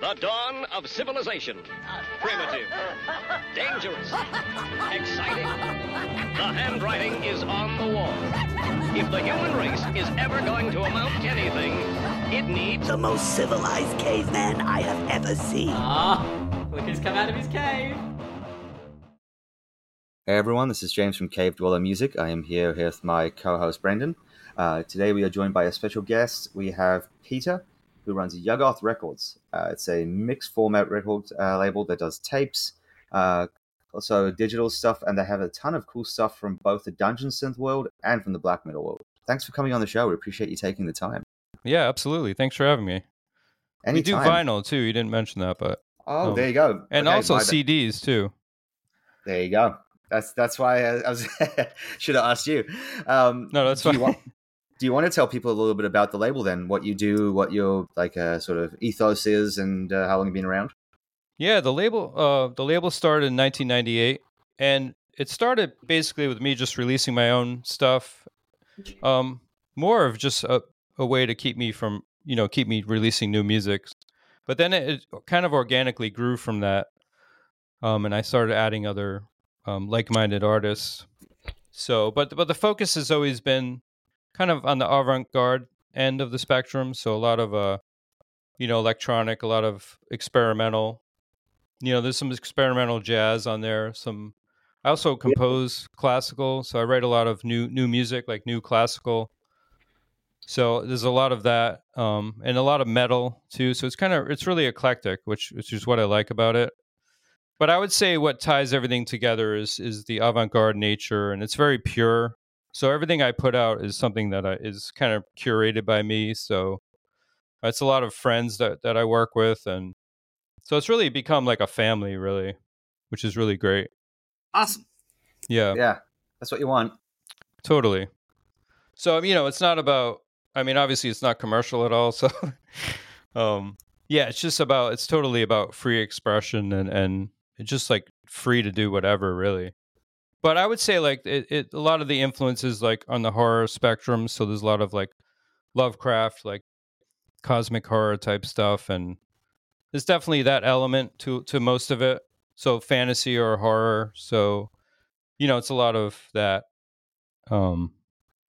The dawn of civilization. Primitive. Dangerous. Exciting. The handwriting is on the wall. If the human race is ever going to amount to anything, it needs. The most civilized caveman I have ever seen. Ah, look who's come out of his cave. Hey everyone, this is James from Cave Dweller Music. I am here with my co-host Brendan. Uh, today we are joined by a special guest. We have Peter, who runs Yugoth Records. Uh, it's a mixed format record uh, label that does tapes, uh, also digital stuff, and they have a ton of cool stuff from both the dungeon synth world and from the black metal world. Thanks for coming on the show. We appreciate you taking the time. Yeah, absolutely. Thanks for having me. We do Anytime. vinyl too. You didn't mention that, but Oh, Oh. there you go. and Okay, also my bad. CDs too. There you go. That's that's why I, I was should have asked you. Um, No, that's do fine. you, want, do you want to tell people a little bit about the label then? What you do, what your like uh, sort of ethos is, and uh, how long you've been around? Yeah, the label uh the label started in 1998 and it started basically with me just releasing my own stuff. Um more of just a, a way to keep me from, you know, keep me releasing new music. But then it, it kind of organically grew from that. Um and I started adding other um like-minded artists. So, but but the focus has always been kind of on the avant-garde end of the spectrum, so a lot of uh you know, electronic, a lot of experimental you know, there's some experimental jazz on there. Some I also compose classical, so I write a lot of new new music, like new classical. So there's a lot of that, um, and a lot of metal too. So it's kind of it's really eclectic, which which is what I like about it. But I would say what ties everything together is is the avant-garde nature, and it's very pure. So everything I put out is something that I, is kind of curated by me. So it's a lot of friends that that I work with, and so it's really become like a family, really, which is really great. Awesome. Yeah, Yeah, that's what you want. totally. So you know, it's not about. I mean, obviously, it's not commercial at all. So, um, yeah, it's just about. It's totally about free expression and and it's just like free to do whatever, really. But I would say like it, it a lot of the influences like on the horror spectrum. So there's a lot of like Lovecraft, like cosmic horror type stuff, and there's definitely that element to to most of it. So fantasy or horror. So you know, it's a lot of that. Um,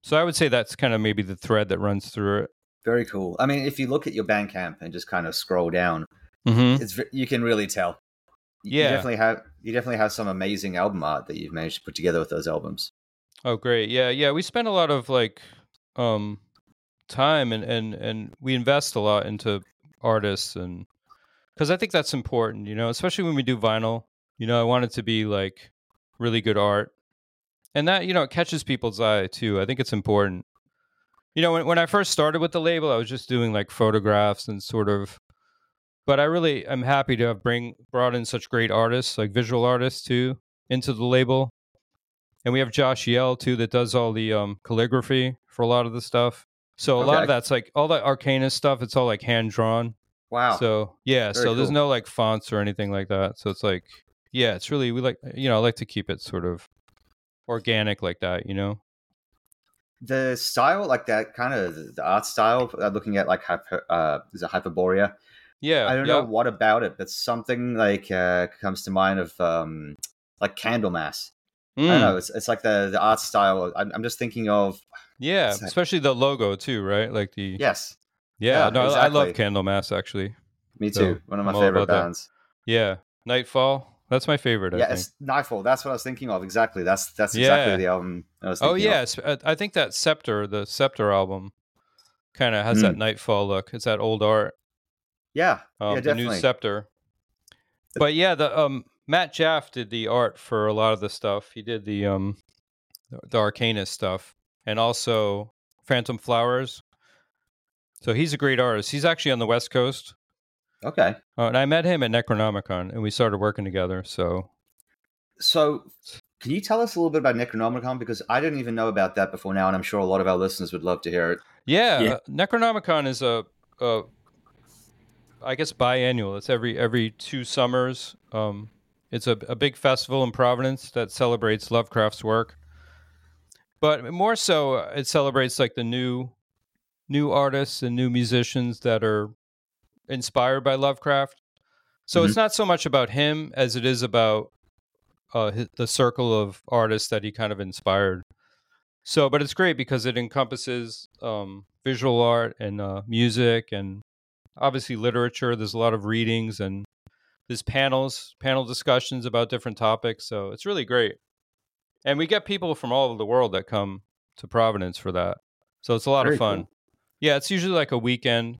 so I would say that's kind of maybe the thread that runs through it. Very cool. I mean, if you look at your Bandcamp and just kind of scroll down, Mm-hmm. it's ve- you can really tell. You- you Yeah. definitely have you definitely have some amazing album art that you've managed to put together with those albums. Oh, great. Yeah, yeah. We spend a lot of like um time and and and we invest a lot into artists and because I think that's important. You know, especially when we do vinyl. You know, I want it to be like really good art, and that you know it catches people's eye too. I think it's important. You know, when when I first started with the label, I was just doing like photographs and sort of. But I really am happy to have bring brought in such great artists, like visual artists too, into the label and we have Josh Yell too that does all the um, calligraphy for a lot of the stuff. So a lot Okay. of that's like all the Arcanus stuff. It's all like hand drawn. Wow. So yeah, Very so there's cool. no like fonts or anything like that. So it's like yeah, it's really we like you know I like to keep it sort of organic like that. You know. the style, like that kind of the art style, uh, looking at like hyper, uh, is it Hyperborea? Yeah. I don't yeah. know what about it, but something like uh, comes to mind of um, like Candlemass. I don't Mm, know. It's, it's like the, the art style. I'm, I'm just thinking of yeah, It's like- especially the logo too, right? Like the yeah. yes, yeah, no, I I love exactly. Candlemass actually. me So, too. one of my I'm all favorite about that. bands. Yeah, Nightfall. That's my favorite. I Yeah, think. it's Nightfall. That's what I was thinking of. Exactly. That's that's Yeah. exactly the album. I was Oh thinking of. yes, Uh, I think that Scepter, the Scepter album, kind of has that Mm. Nightfall look. It's that old art, yeah, um, yeah, the new definitely. Scepter. But yeah, the um, Matt Jaff did the art for a lot of the stuff. He did the um, the Arcanus stuff, and also Phantom Flowers. So he's a great artist. He's actually on the West Coast, okay. uh, and I met him at Necronomicon, and we started working together. So So, can you tell us a little bit about Necronomicon? Because I didn't even know about that before now, and I'm sure a lot of our listeners would love to hear it. Yeah, Yeah. uh, Necronomicon is a, a, I guess biannual. It's every every two summers. Um, it's a, a big festival in Providence that celebrates Lovecraft's work, but more so, uh, it celebrates like the new, new artists and new musicians that are inspired by Lovecraft. So it's not so much about him as it is about uh, hi- the circle of artists that he kind of inspired. So, but it's great because it encompasses um, visual art and uh, music and obviously literature. There's a lot of readings and there's panels, panel discussions about different topics. So it's really great. And we get people from all over the world that come to Providence for that. So it's a lot Very of cool. fun. Yeah, it's usually like a weekend,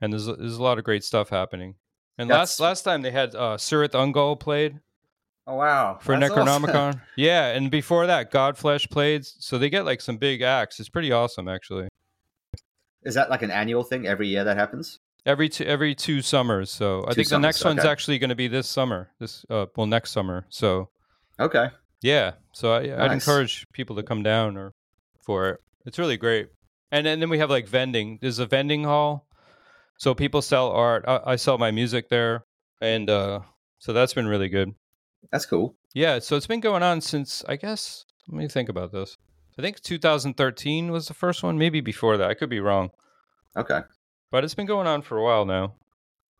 and there's there's a lot of great stuff happening. And That's- last last time they had uh, Sirith Ungol played Oh wow! for That's awesome. Necronomicon. Yeah, and before that, Godflesh played. So they get like some big acts. It's pretty awesome, actually. Is that like an annual thing? Every year that happens? Every two, every two summers. So I Two think the summers, next one's okay. actually going to be this summer. This uh, well next summer. So Okay. yeah, so I, I'd Nice. encourage people to come down or for it. It's really great. And, and then we have like vending. There's a vending hall, so people sell art. I, I sell my music there, and uh, so that's been really good. That's cool. Yeah, so it's been going on since I guess. Let me think about this. I think 2013 was the first one, maybe before that. I could be wrong, Okay. but it's been going on for a while now.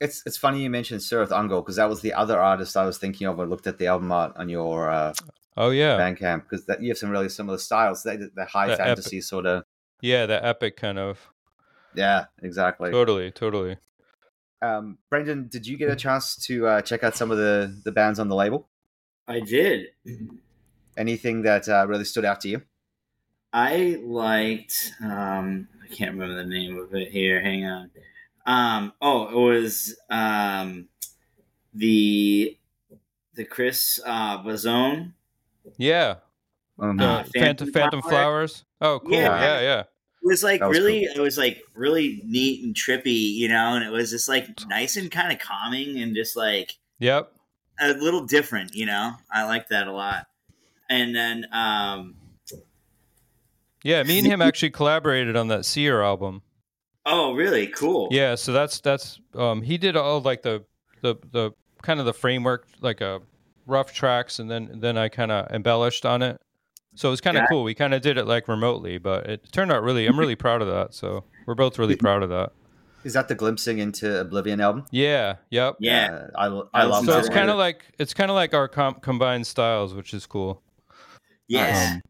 It's it's funny you mentioned Sirith Ungol because that was the other artist I was thinking of. when I looked at the album art on your uh, Oh yeah, Bandcamp because that you have some really similar styles. They the high The epic- fantasy sort of. yeah, that epic kind of. Yeah, exactly. Totally, totally. Um, Brendan, did you get a chance to uh, check out some of the the bands on the label? I did. Anything that uh, really stood out to you? I liked. Um, I can't remember the name of it here. Hang on. Um, oh, it was um, the the Chris uh, Bazone. Yeah, Um, Uh, Phantom, Phantom Phantom Flower. Flowers. Oh, cool. Yeah. Yeah, yeah. It was like That was really. It was like really neat and trippy, you know. And it was just like nice and kind of calming and just like Yep. a little different, you know. I like that a lot. And then um, Yeah, me and him actually collaborated on that Seer album. oh, really cool. Yeah, so that's that's um he did all like the the the kind of the framework like a rough tracks and then then I kind of embellished on it. So it was kind of Yeah. cool. We kind of did it like remotely, but it turned out really I'm really proud of that. So we're both really proud of that. is that the glimpsing into Oblivion album? Yeah, yep. Yeah. Uh, I, l- I Um, love So that it's one. kind of like it's kind of like our com- combined styles, which is cool. Yes. Um,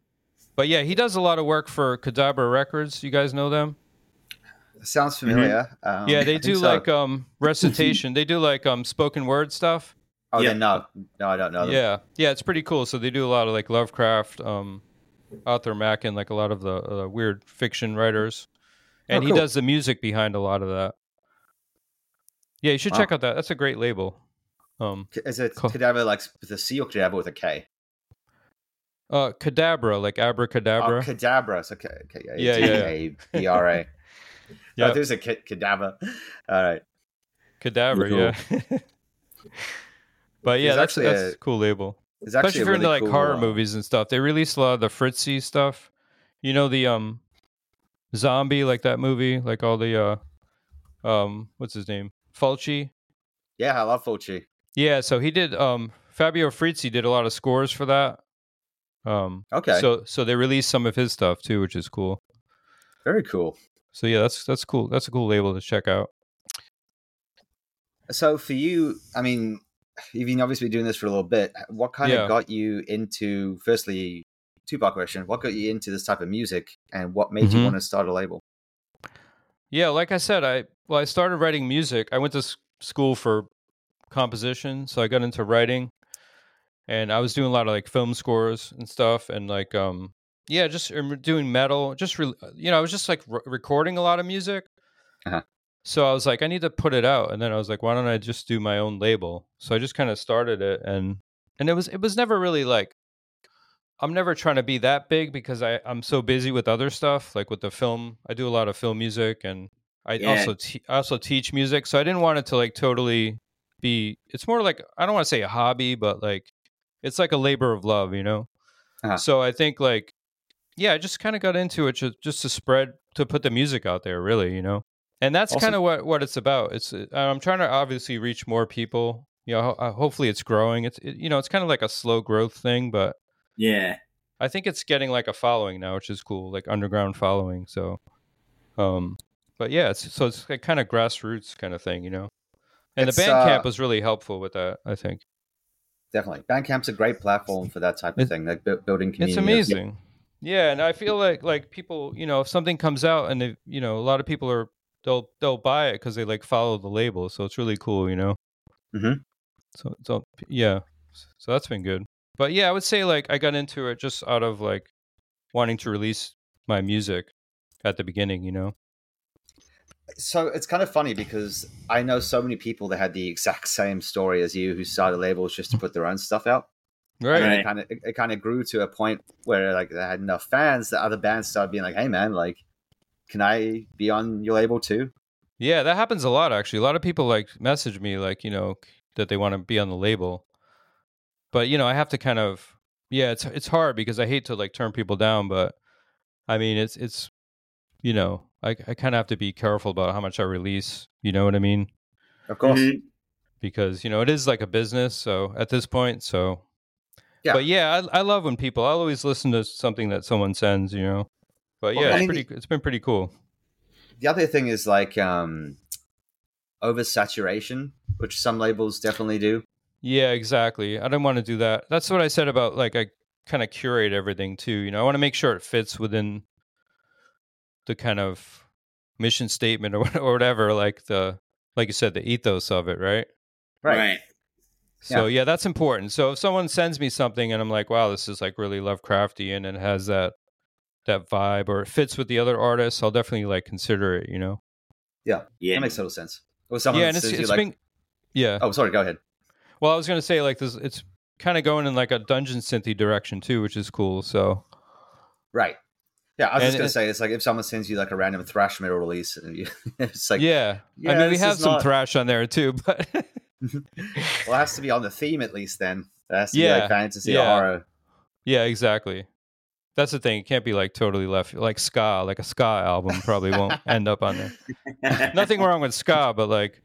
but yeah, he does a lot of work for Kadabra Records. You guys know them? sounds familiar. Um, mm-hmm. yeah, I they think do so. like um recitation. they do like um spoken word stuff. oh, Yeah. then no, no, I don't know. Them. Yeah, yeah, it's pretty cool. So they do a lot of like Lovecraft, um, Arthur Macken, like a lot of the uh, weird fiction writers, and Oh, he cool. does the music behind a lot of that. Yeah, you should check out that. That's a great label. Um, C- Is it Cool. cadaver like s- with a C or cadaver with a K? uh, Cadabra, like abracadabra. Oh, cadabra. So K, K, A- Yeah, T- yeah, yeah. A- B R A. yeah, Oh, there's a ca- cadaver. All right. cadaver. Yeah. but yeah, There's that's actually that's a- a cool label. It's actually especially a if you're really into like cool, horror uh, movies and stuff. They released a lot of the Fritzy stuff. You know the um zombie like that movie, like all the uh um what's his name? Fulci. Yeah, I love Fulci. Yeah, so he did um Fabio Frizzi did a lot of scores for that. Um Okay. so so they released some of his stuff too, which is cool. Very cool. So yeah, that's that's cool. That's a cool label to check out. So for you, I mean, you've been obviously doing this for a little bit. What kind Yeah. of got you into? Firstly, two-part question: What got you into this type of music, and what made you Mhm. want to start a label? Yeah, like I said, I well, I started writing music. I went to s- school for composition, so I got into writing, and I was doing a lot of like film scores and stuff, and like um, yeah, just um, doing metal. Just re- you know, I was just like re- recording a lot of music. Uh-huh. So I was like, I need to put it out, and then I was like, why don't I just do my own label? So I just kind of started it, and and it was it was never really like I'm never trying to be that big because I I'm so busy with other stuff, like with the film. I do a lot of film music, and I Yeah. also te- I also teach music, so I didn't want it to like totally be. It's more like I don't want to say a hobby, but like it's like a labor of love, you know. Uh-huh. So I think like yeah, I just kind of got into it just, just to spread to put the music out there, really, you know. And that's Awesome. kind of what what it's about. It's uh, I'm trying to obviously reach more people. You know, ho- uh, hopefully it's growing. It's it, you know, it's kind of like a slow growth thing, but Yeah. I think it's getting like a following now, which is cool, like underground following. So, um, But yeah, it's, so it's like kind of grassroots kind of thing, you know. And It's, the Bandcamp uh, was really helpful with that, I think. Definitely, Bandcamp's a great platform for that type of It- thing, like bu- building community. It's amazing. Yeah, and I feel like like people, you know, if something comes out and they, you know, a lot of people are they'll they'll buy it because they like follow the label, so it's really cool, you know. Mhm. So so yeah, so that's been good. But yeah, I would say like I got into it just out of like wanting to release my music at the beginning, you know. So it's kind of funny because I know so many people that had the exact same story as you, who started labels just Mm. to put their own stuff out. Right. And it kind of it kind of grew to a point where like they had enough fans that other bands started being like, "Hey man, like, can I be on your label too?" Yeah, that happens a lot actually. A lot of people like message me like, you know, that they want to be on the label. But, you know, I have to kind of yeah, it's it's hard because I hate to like turn people down, but I mean, it's it's you know, I I kind of have to be careful about how much I release, you know what I mean? Of course. Mhm. Because, you know, it is like a business, so at this point, so Yeah. But yeah, I, I love when people. I always listen to something that someone sends, you know. But Well, yeah, I it's mean, pretty. It's been pretty cool. The other thing is like um oversaturation, which some labels definitely do. Yeah, exactly. I don't want to do that. That's what I said about like I kind of curate everything too. You know, I want to make sure it fits within the kind of mission statement or what- or whatever. Like the like you said, the ethos of it, right? Right. right. So yeah. that's important. So if someone sends me something and I'm like, wow, this is like really Lovecraftian and it has that that vibe or it fits with the other artists, I'll definitely like consider it. You know? Yeah. That makes total sense. Or someone yeah, and it's says you it's like, been yeah. "Oh, sorry, go ahead." Well, I was gonna say like this, it's kind of going in like a dungeon synthy direction too, which is cool. So. Right. Yeah, I was just And gonna it- say it's like if someone sends you like a random thrash metal release, and you, it's like, yeah. yeah, I mean, we this have is some not- thrash on there too, but well, it has to be on the theme at least. Then it has to be Yeah, like fantasy yeah. or horror. yeah, exactly. That's the thing. It can't be like totally left, like ska, like a ska album probably won't end up on there. Nothing wrong with ska, but like,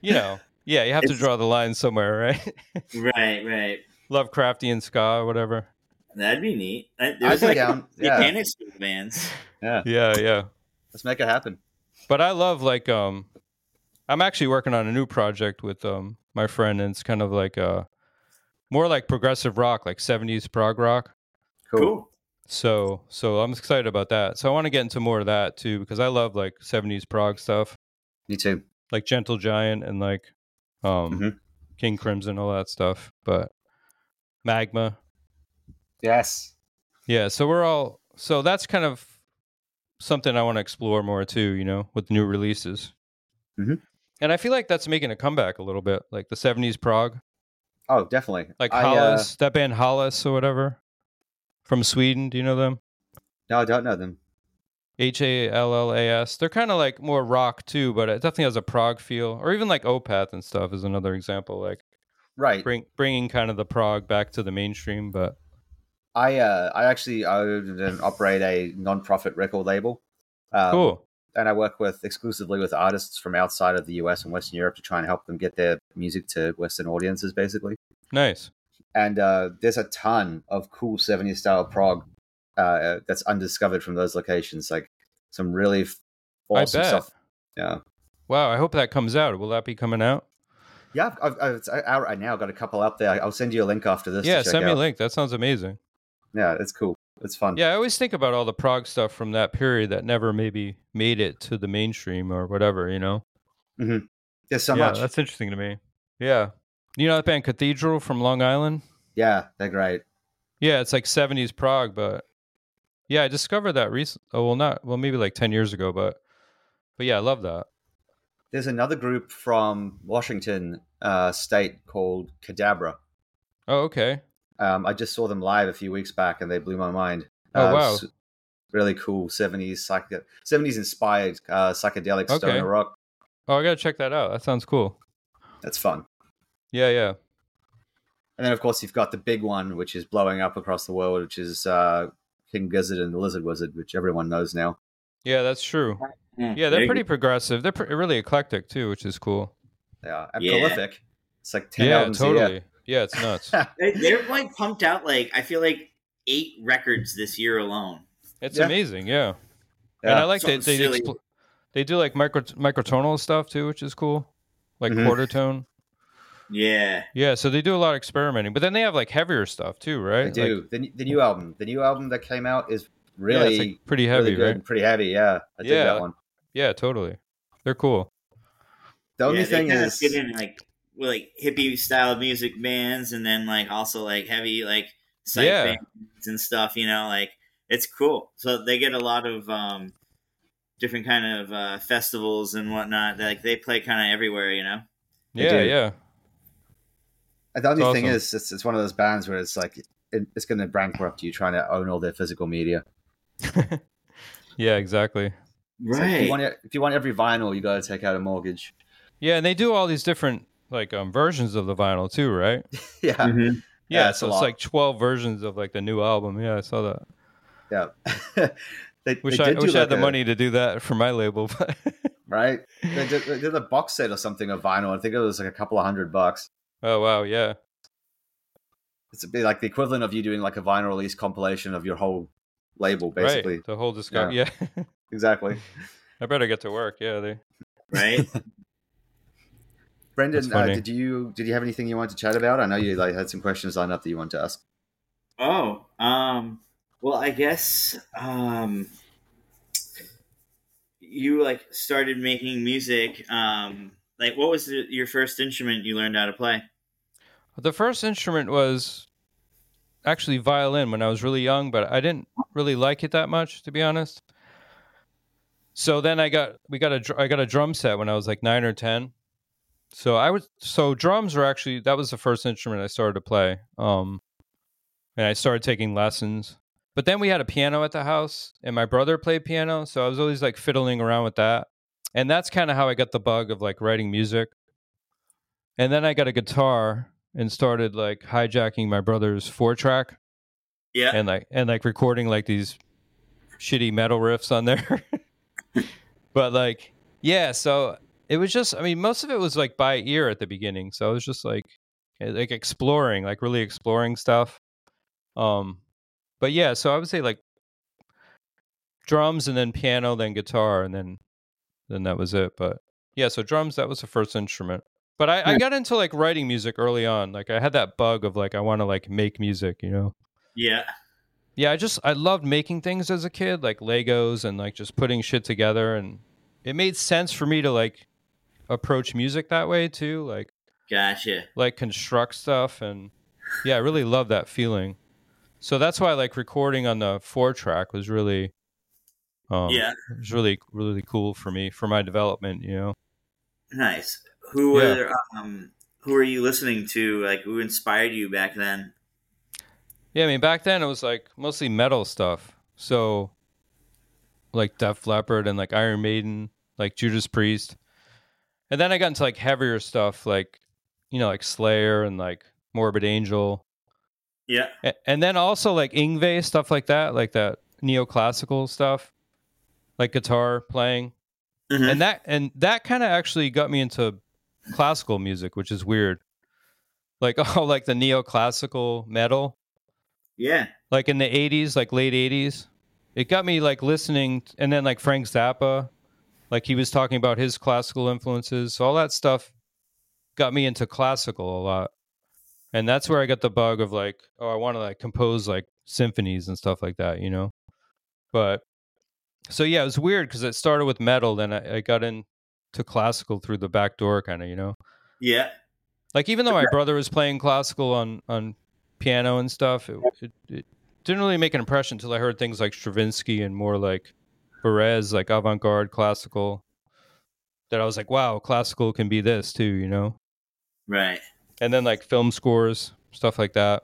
you know, yeah, you have to It's- draw the line somewhere, right? right, right. Lovecraftian ska or whatever. That'd be neat. That, there I'd was be like down. yeah. Yeah, panic School bands. yeah. Yeah, yeah. Let's make it happen. But I love like um, I'm actually working on a new project with um my friend, and it's kind of like uh, more like progressive rock, like '70s prog rock. Cool. So so I'm excited about that. So I want to get into more of that too because I love like 70s prog stuff, Me too. like Gentle Giant and like um Mhm. King Crimson all that stuff, but Magma. Yes. Yeah, so we're all so that's kind of something I want to explore more too, you know, with new releases. Mhm. And I feel like that's making a comeback a little bit, like the 70s prog, Oh, definitely. like I, uh, Hollis, that band Hollis or whatever from Sweden, do you know them? no, I don't know them. H A L L A S. They're kind of like more rock too, but it definitely has a prog feel. Or even like Opath and stuff is another example, like Right. bring, bringing kind of the prog back to the mainstream. But I uh, I actually own and operate a non-profit record label. Um, cool. And I work with exclusively with artists from outside of the U.S. and Western Europe to try and help them get their music to Western audiences, basically. Nice. And uh, there's a ton of cool 70s style prog uh, that's undiscovered from those locations. Like some really f- awesome I bet. stuff. Yeah. Wow. I hope that comes out. Will that be coming out? Yeah, I've, I've, I've, it's out right now. I've got a couple up there. I'll send you a link after this. yeah. to check Send me out. a link. That sounds amazing. Yeah, it's cool. It's fun. Yeah. I always think about all the prog stuff from that period that never maybe made it to the mainstream or whatever, you know? There's so yeah. much. That's interesting to me. Yeah. You know that band Cathedral from Long Island? Yeah, they're great. Yeah, it's like seventies Prague, but yeah, I discovered that recent. Oh well, not well, maybe like ten years ago, but but yeah, I love that. There's another group from Washington uh, State called Cadabra. Oh okay, Um, I just saw them live a few weeks back, and they blew my mind. Oh, Uh, wow. s- Really cool 70s psych- 70s inspired uh, psychedelic Okay. stoner rock. oh I gotta check that out. That sounds cool. That's fun. Yeah, yeah, And then, of course, you've got the big one, which is blowing up across the world, which is uh, King Gizzard and the Lizard Wizard, which everyone knows now. yeah. That's true. Mm, Yeah, there they're you pretty progressive. They're pre- really eclectic too, which is cool. Yeah, and Yeah. prolific. It's like ten yeah, albums a year. totally. Yeah, it's nuts. They- They're like pumped out like I feel like eight records this year alone. It's Yeah. amazing. Yeah, Yeah. and I like Something that they silly. expl- They do like micro microtonal stuff too, which is cool, like Mhm. quarter tone. Yeah. Yeah, so they do a lot of experimenting, but then they have like heavier stuff too, right? They Like, do. the, the new album. The new album that came out is yeah, really, it's, like, pretty heavy, really good right? and pretty heavy. Yeah, I dig Yeah. that one. Yeah, totally. They're cool. The only yeah, thing they kinda is, fit in like with like hippie style music bands, and then like also like heavy like psych Yeah. bands and stuff. You know, like it's cool. So they get a lot of um different kind of uh, festivals and whatnot. Like they play kind of everywhere. You know. They yeah, do. yeah. the only it's thing awesome. is, it's, it's one of those bands where it's like it, it's going to bankrupt you trying to own all their physical media. Yeah, exactly. It's like, if, you want, if you want every vinyl, you got to take out a mortgage. Yeah, and they do all these different like um, versions of the vinyl too, right? yeah, Mhm. Yeah, Yeah, it's so a it's lot. like twelve versions of like the new album. Yeah, I saw that. yeah. they, Wish they I, did do wish I had like the a- money to do that for my label, but right? They did, they did a box set or something of vinyl. I think it was like a couple of hundred bucks. oh wow, yeah, It's a bit like the equivalent of you doing like a vinyl release compilation of your whole label, basically. right. The whole discography. Yeah, Exactly. I better get to work. Yeah, they. Right. Brendan, That's uh, funny. did you did you have anything you wanted to chat about? I know you like had some questions lined up that you wanted to ask. Oh, um, well, I guess um, you like started making music. Um, like, what was the, your first instrument you learned how to play? The first instrument was actually violin when I was really young, but I didn't really like it that much, to be honest. So then I got we got a dr- I got a drum set when I was like nine or ten. So I was so drums were actually that was the first instrument I started to play, um, and I started taking lessons. But then we had a piano at the house, and my brother played piano, so I was always like fiddling around with that, and that's kind of how I got the bug of like writing music. And then I got a guitar and started like hijacking my brother's four track Yeah, and like and like recording like these shitty metal riffs on there. but like yeah, so it was just I mean most of it was like by ear at the beginning. So I was just like eh, like exploring, like really exploring stuff. Um but yeah, so I would say like drums and then piano, then guitar and then then that was it. But yeah, so drums that was the first instrument. But I, I got into like writing music early on. Like I had that bug of like I want to like make music, you know. yeah, Yeah, I just I loved making things as a kid, like Legos and like just putting shit together and it made sense for me to like approach music that way too, like gotcha. like construct stuff and yeah, I really love that feeling. So that's why like recording on the 4 track was really um Yeah, it was really really cool for me for my development, you know. nice. Who Yeah. were um, who were you listening to? Like, who inspired you back then? Yeah, I mean back then it was like mostly metal stuff. So like Def Leppard and like Iron Maiden, like Judas Priest. And then I got into like heavier stuff like you know, like Slayer and like Morbid Angel. Yeah, A- And then also like Ingve stuff like that, like that neoclassical stuff, like guitar playing. Mhm. And that and that kind of actually got me into classical music, which is weird. Like oh, like the neoclassical metal yeah, like in the 80s like late 80s it got me like listening and then like frank zappa like he was talking about his classical influences so all that stuff got me into classical a lot and that's where i got the bug of like oh i want to like compose like symphonies and stuff like that you know but so yeah it was weird because it started with metal then I, I got into classical through the back door kind of you know yeah, like even though my brother was playing classical on on piano and stuff, it, it, it didn't really make an impression until I heard things like Stravinsky and more like Perez, like avant-garde classical. That I was like, wow, classical can be this too, you know. right. And then like film scores, stuff like that.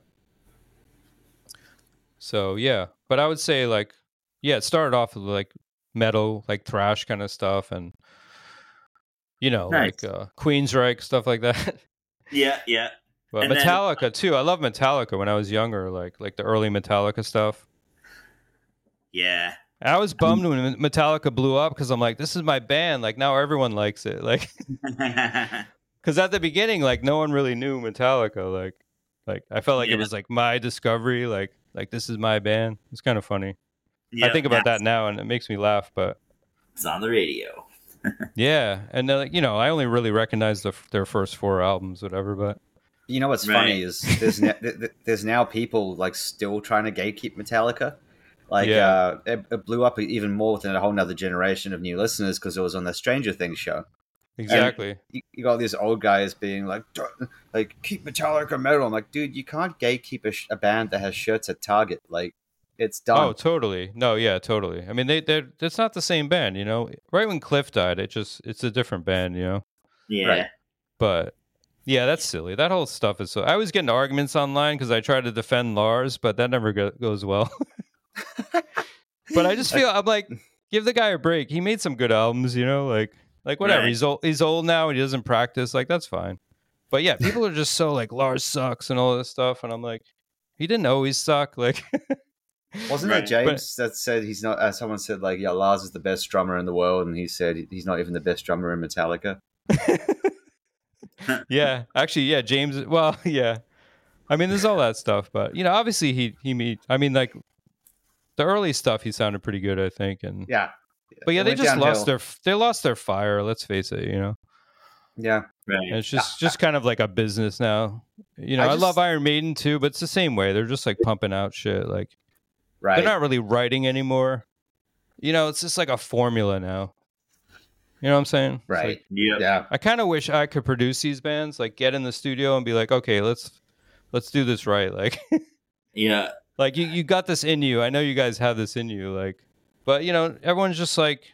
So yeah, but I would say like yeah, it started off with like metal, like thrash kind of stuff, and you know Nice. like uh, Queensryche stuff like that. Yeah, yeah, But And then- Metallica too. I love Metallica when I was younger, like like the early Metallica stuff. yeah. I was bummed when Metallica blew up because I'm like, this is my band. Like now everyone likes it. Like because at the beginning, like no one really knew Metallica. Like like I felt like Yeah. it was like my discovery. Like like this is my band. It's kind of funny. yeah. I think about that now and it makes me laugh. But It's on the radio. yeah, and then, like, you know, I only really recognize the, their first four albums, whatever. But You know what's Right. funny is there's ne- th- th- there's now people like still trying to gatekeep Metallica. Like Yeah. uh, it, it blew up even more within a whole nother generation of new listeners because it was on the Stranger Things show. exactly, You, you got these old guys being like, "Don't- like keep Metallica metal. I'm like, dude, you can't gatekeep a, sh- a band that has shirts at Target. Like, it's done. oh, totally. No, yeah, totally. I mean, they they are it's not the same band, you know. Right when Cliff died, it just it's a different band, you know. Yeah. Right. But yeah, that's silly. That whole stuff is so. I always get into arguments online because I try to defend Lars, but that never go- goes well. but I just feel I'm like, give the guy a break. He made some good albums, you know, like like whatever. Right. He's old. He's old now. He doesn't practice. Like that's fine. But yeah, people are just so like Lars sucks and all this stuff, and I'm like, he didn't always suck. Like Wasn't Right. it James that said he's not? Uh, someone said like, yeah, Lars is the best drummer in the world, and he said he's not even the best drummer in Metallica. yeah, actually, yeah, James. Well, yeah, I mean, there's all that stuff, but you know, obviously, he he meet. I mean, like the early stuff, he sounded pretty good, I think, and Yeah, but yeah, it they went just downhill. lost their they lost their fire. Let's face it, you know, yeah. Right. And it's just just kind of like a business now. You know, I I, just- love Iron Maiden too, but it's the same way. They're just like pumping out shit. Like Right. they're not really writing anymore. You know, it's just like a formula now. You know what I'm saying? It's like- right. Yep. Yeah. I kind of wish I could produce these bands, like get in the studio and be like, okay, let's let's do this right. Like, Yeah. like you you got this in you. I know you guys have this in you. Like, but you know, everyone's just like,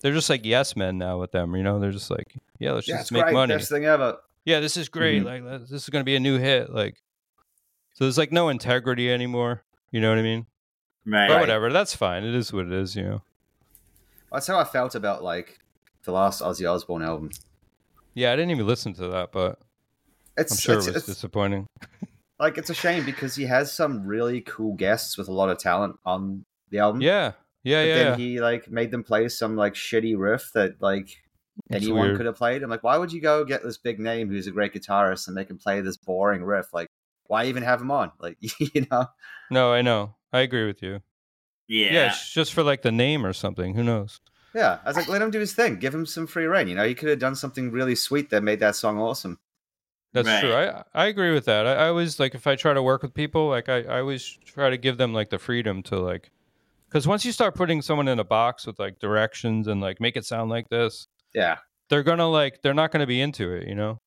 they're just like yes men now with them. You know, they're just like, yeah, let's Yeah, just it's make great. money. Best thing ever. yeah, this is great. Mhm. Like, let- this is gonna be a new hit. Like, so there's like no integrity anymore. You know what I mean? Right. But whatever, that's fine. It is what it is. You know. That's how I felt about like the last Ozzy Osbourne album. Yeah, I didn't even listen to that, but It's I'm sure it's, it was it's- disappointing. like it's a shame because he has some really cool guests with a lot of talent on the album. Yeah, yeah, Mm-hmm. But yeah. then yeah. he like made them play some like shitty riff that like It's anyone weird. could have played. I'm like, why would you go get this big name who's a great guitarist and make him play this boring riff? Like, why even have him on? Like, you know, No, I know. I agree with you. Yeah. Yeah, it's just for like the name or something. Who knows? yeah. I was like, let him do his thing. Give him some free reign. You know, he could have done something really sweet that made that song awesome. That's Right. true. I I agree with that. I, I always like if I try to work with people, like I, I always try to give them like the freedom to like, because once you start putting someone in a box with like directions and like make it sound like this, Yeah, they're gonna like they're not gonna be into it, you know,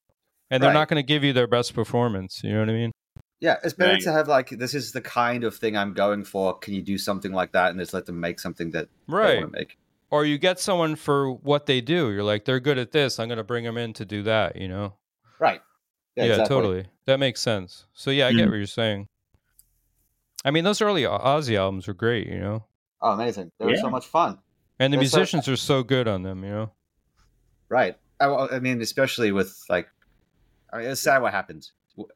and they're Right. not gonna give you their best performance. You know what I mean? yeah. It's better Right. to have like this is the kind of thing I'm going for. Can you do something like that? And just let them make something that they Right. want to make. Or you get someone for what they do. You're like they're good at this. I'm gonna bring them in to do that. You know? Right. Yeah, totally. That makes sense. So yeah, I Mm-hmm. get what you're saying. I mean, those early O- Ozzy albums were great, you know, Oh, amazing. They were Yeah. so much fun. and the That's what- musicians are so good on them, you know. Right. I, well, I mean, especially with like, I mean, it's sad what happened. W-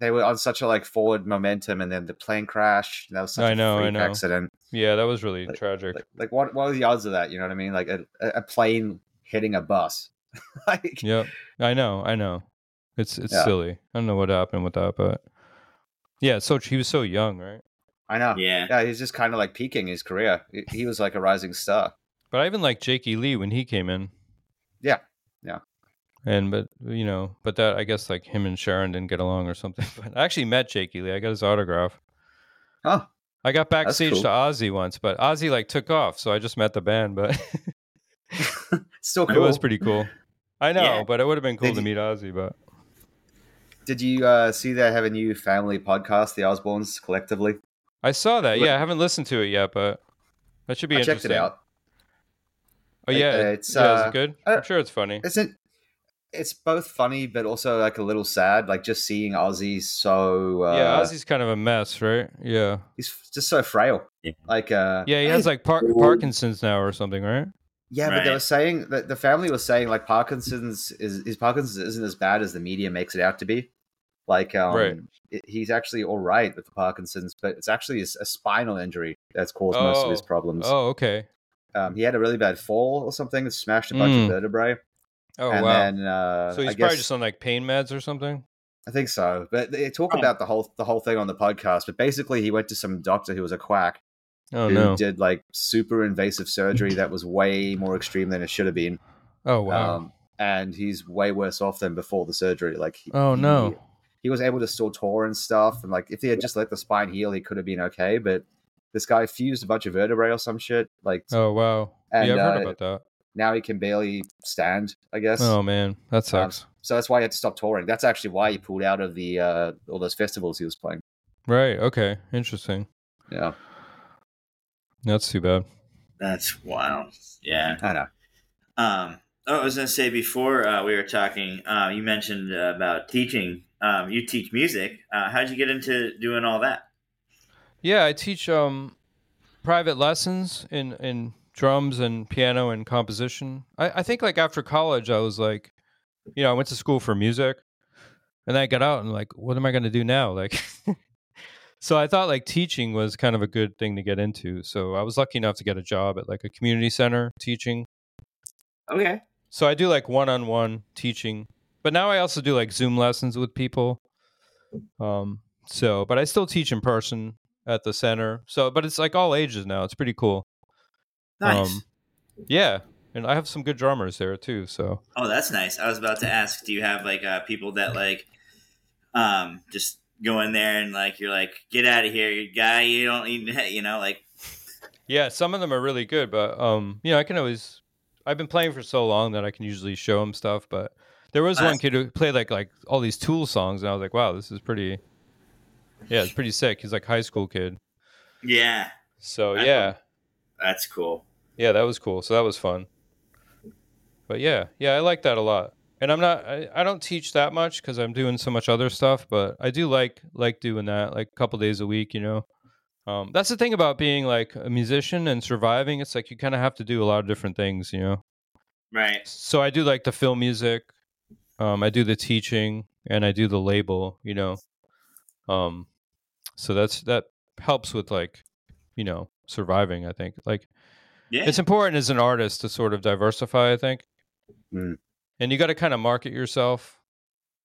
They were on such a like forward momentum, and then the plane crash. and That was such I a know, I freak know. accident. Yeah, that was really Like- tragic. Like, like what? What are the odds of that? You know what I mean? Like a, a a plane hitting a bus. like, yep, I know, I know. It's it's Yeah. silly. I don't know what happened with that, but yeah, so he was so young, right? I know. Yeah. Yeah, he's just kind of like peaking his career. He- He was like a rising star. But I even like Jakey Lee when he came in. Yeah, yeah. And but you know, but that I guess like him and Sharon didn't get along or something. But I actually met Jakey Lee. I got his autograph. Oh, I got backstage cool. to Ozzy once, but Ozzy like took off, so I just met the band. But still cool. it was pretty cool. I know, Yeah. but it would have been cool Did to you- meet Ozzy. But Did you uh, see they have a new family podcast, the Osbournes collectively? I saw that. Look- Yeah, I haven't listened to it yet, but that should be I checked interesting. it out. Oh It- yeah, uh, it's it's, is uh, it good? uh, I'm sure it's funny. it's a, it's both funny but also like a little sad like just seeing ozzy so uh yeah, Ozzy's kind of a mess, right? Yeah, he's f- just so frail Yeah. like uh yeah, he has like par- Parkinson's now or something, right? yeah but they Right. were saying that the family was saying like parkinson's is his parkinson's isn't as bad as the media makes it out to be like um Right. it- he's actually all right with the parkinson's but it's actually a, s- a spinal injury that's caused most of his Oh. problems Oh, okay. um, he had a really bad fall or something that smashed a bunch Mm. of vertebrae Oh and wow. then uh so I he's guess, probably just on like pain meds or something. I think so. But they talk Oh. about the whole the whole thing on the podcast. But basically, he went to some doctor who was a quack, Oh who no. did like super invasive surgery that was way more extreme than it should have been. Oh wow. Um, and he's way worse off than before the surgery. Like, he, oh he, no. he was able to still tour and stuff. And like, if he had just let the spine heal, he could have been okay. But this guy fused a bunch of vertebrae or some shit. Like, Oh wow. And, yeah, I've heard uh, about that. now he can barely stand. I guess. Oh man, that Um, sucks. so that's why he had to stop touring. That's actually why he pulled out of the uh, all those festivals he was playing. right. Okay. Interesting. Yeah, That's too bad. That's wild. Yeah. I know. Um, oh, I was going to say before uh, we were talking, uh, you mentioned uh, about teaching. Um, you teach music. Uh, how'd you get into doing all that? Yeah, I teach um, private lessons in in drums and piano and composition. I, I think like after college, I was like, you know, I went to school for music, and I got out and like, what am I going to do now? Like, so I thought like teaching was kind of a good thing to get into. So I was lucky enough to get a job at like a community center teaching. Okay. So I do like one on one teaching, but now I also do like Zoom lessons with people. Um, so, but I still teach in person at the center. So, but it's like all ages now. It's pretty cool. Nice. Um, yeah, and I have some good drummers there too. So, oh, that's nice. I was about to ask, do you have like uh, people that like um, just go in there and like you're like, get out of here, you guy. You don't need, to-" you know, like yeah, some of them are really good, but um, you know, I can always. I've been playing for so long that I can usually show them stuff, but. There was one Nice. kid who played like like all these Tool songs, and I was like, "Wow, this is pretty, yeah, it's pretty sick." He's like high school kid, yeah, so That's yeah, cool. that's cool. yeah that was cool so that was fun but yeah yeah i like that a lot and i'm not i, I don't teach that much because i'm doing so much other stuff but i do like like doing that like a couple days a week you know um, that's the thing about being like a musician and surviving it's like you kind of have to do a lot of different things you know Right. so i do like the film music um, i do the teaching and i do the label you know um, so that's that helps with like you know surviving i think like Yeah. it's important as an artist to sort of diversify i think Mm. and you got to kind of market yourself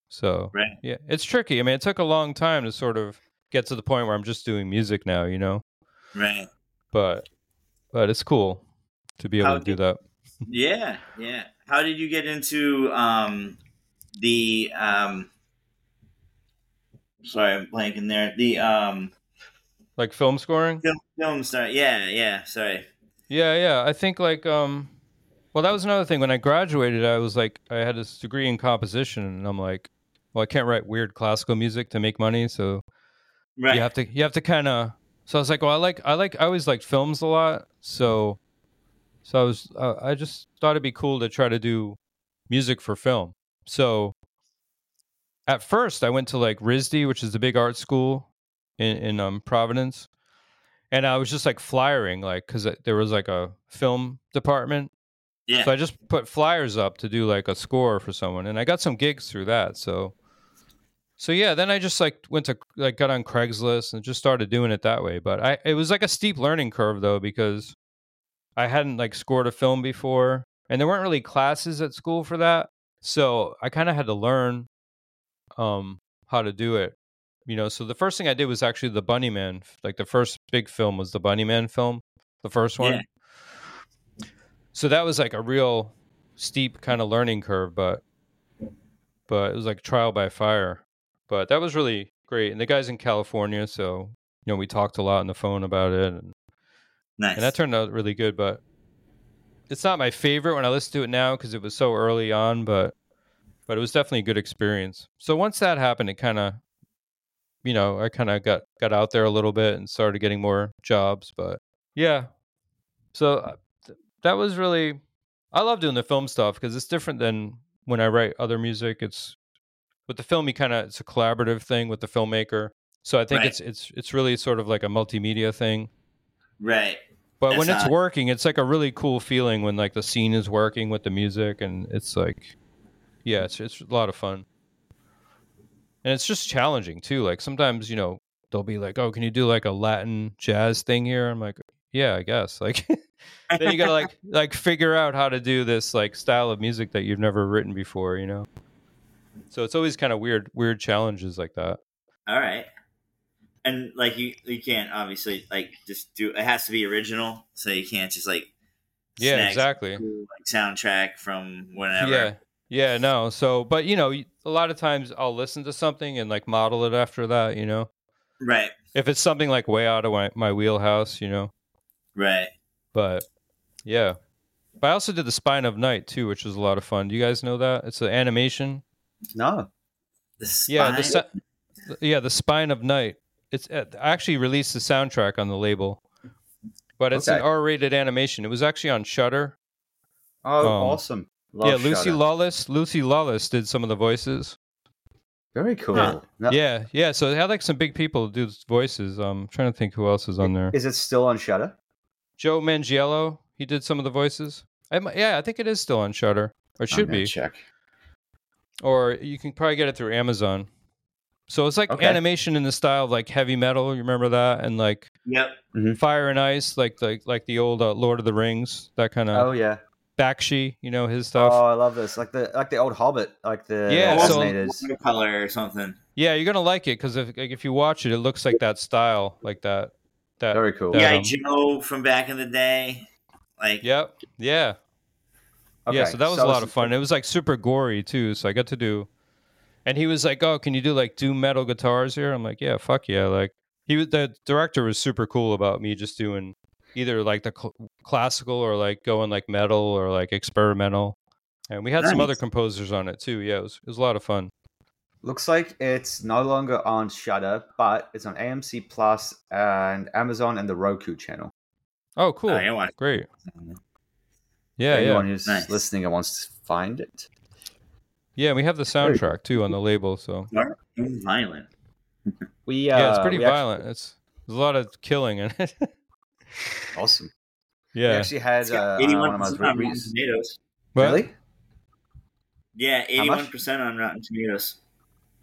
so Right. yeah it's tricky i mean it took a long time to sort of get to the point where i'm just doing music now you know right. but but it's cool to be able How to do did- that Yeah. Yeah. How did you get into um, the? Um, sorry, I'm blanking there. The um, like film scoring film, film star. Yeah. Yeah. Sorry. yeah yeah i think like um well that was another thing when i graduated i was like i had this degree in composition and i'm like well i can't write weird classical music to make money so Right. you have to you have to kind of so i was like well i like i like i always liked films a lot so so i was uh, i just thought it'd be cool to try to do music for film so at first i went to like risd which is the big art school in in um, providence and i was just like flyering like because there was like a film department Yeah. so I just put flyers up to do like a score for someone, and I got some gigs through that. So, so yeah, then I just like went to like got on Craigslist and just started doing it that way. But I it was like a steep learning curve though because I hadn't like scored a film before, and there weren't really classes at school for that. So I kind of had to learn um how to do it. You know, so the first thing I did was actually the Bunnyman. Like the first big film was the Bunnyman film, the first one Yeah. so that was like a real steep kind of learning curve but but it was like trial by fire but that was really great and the guys in california so you know we talked a lot on the phone about it and, nice. and that turned out really good but it's not my favorite when i listen to it now because it was so early on but but it was definitely a good experience so once that happened it kind of you know i kind of got got out there a little bit and started getting more jobs but yeah so uh, th- that was really i love doing the film stuff because it's different than when i write other music it's with the film you kind of it's a collaborative thing with the filmmaker so i think Right. it's it's it's really sort of like a multimedia thing right. but It's when it's not- working, it's like a really cool feeling when like the scene is working with the music, and it's like, yeah, it's it's a lot of fun. And it's just challenging too. Like sometimes you know they'll be like, "Oh, can you do like a Latin jazz thing here?" I'm like, "Yeah, I guess." Like then you gotta like like figure out how to do this like style of music that you've never written before, you know. So it's always kind of weird, weird challenges like that. All right. and like you you can't obviously like just do it has to be original, so you can't just like Yeah, snag exactly. some, like soundtrack from whenever. Yeah. Yeah, no. So, but you know, a lot of times I'll listen to something and like model it after that, you know. Right, If it's something like way out of my, my wheelhouse, you know. right. But yeah. But I also did the Spine of Night too, which was a lot of fun. Do you guys know that? It's an animation. No. The Yeah, the spine- si- yeah, the Spine of Night. It's it actually released the soundtrack on the label. But it's an Okay. R-rated animation. It was actually on Shutter. Oh, Um, awesome. Love yeah, Lucy Shudder. Lawless, Lucy Lawless did some of the voices. Very cool. Huh. No- Yeah, yeah. So they had like some big people do voices. Um, I'm trying to think who else is on there. Is it still on Shutter? Joe Mangiello. He did some of the voices. I, mi- yeah, I think it is still on Shutter, or it I'm should gonna be, Check. or you can probably get it through Amazon. So it's like Okay. animation in the style of like heavy metal. You remember that, and like Yep. Fire and Ice, like like like the old uh, Lord of the Rings, that kind of Oh yeah. Bakshi. You know his Uh, stuff. Oh, I love this. Like the like the old Hobbit, like the Yeah, so- alternators. color or something. yeah, you're gonna like it because if like, if you watch it, it looks like that style, like that. That. Very cool. Yeah. GI um, Joe from back in the day, like Yep. Yeah. Yeah, so that was a lot of fun. It was like super gory too. So I got to do, and he was like, "Oh, can you do like doom metal guitars here?" I'm like, "Yeah, fuck yeah!" Like he was the director was super cool about me just doing either like the cl- classical or like going like metal or like experimental, and we had some Nice. other composers on it too. Yeah, it was, it was a lot of fun. Looks like it's no longer on Shutter, but it's on AMC Plus and Amazon and the Roku channel. Oh, cool, I watched great, it. yeah, yeah, Anyone who's Nice. listening and wants to find it. yeah. We have the soundtrack too on the label, so It was violent. We uh, yeah, it's pretty we actually- violent. It's there's a lot of killing in it. awesome. We yeah, actually had It's uh, got on 81% one of my on re- Rotten re- Tomatoes. But- really. Yeah, How much? eighty-one percent on Rotten Tomatoes.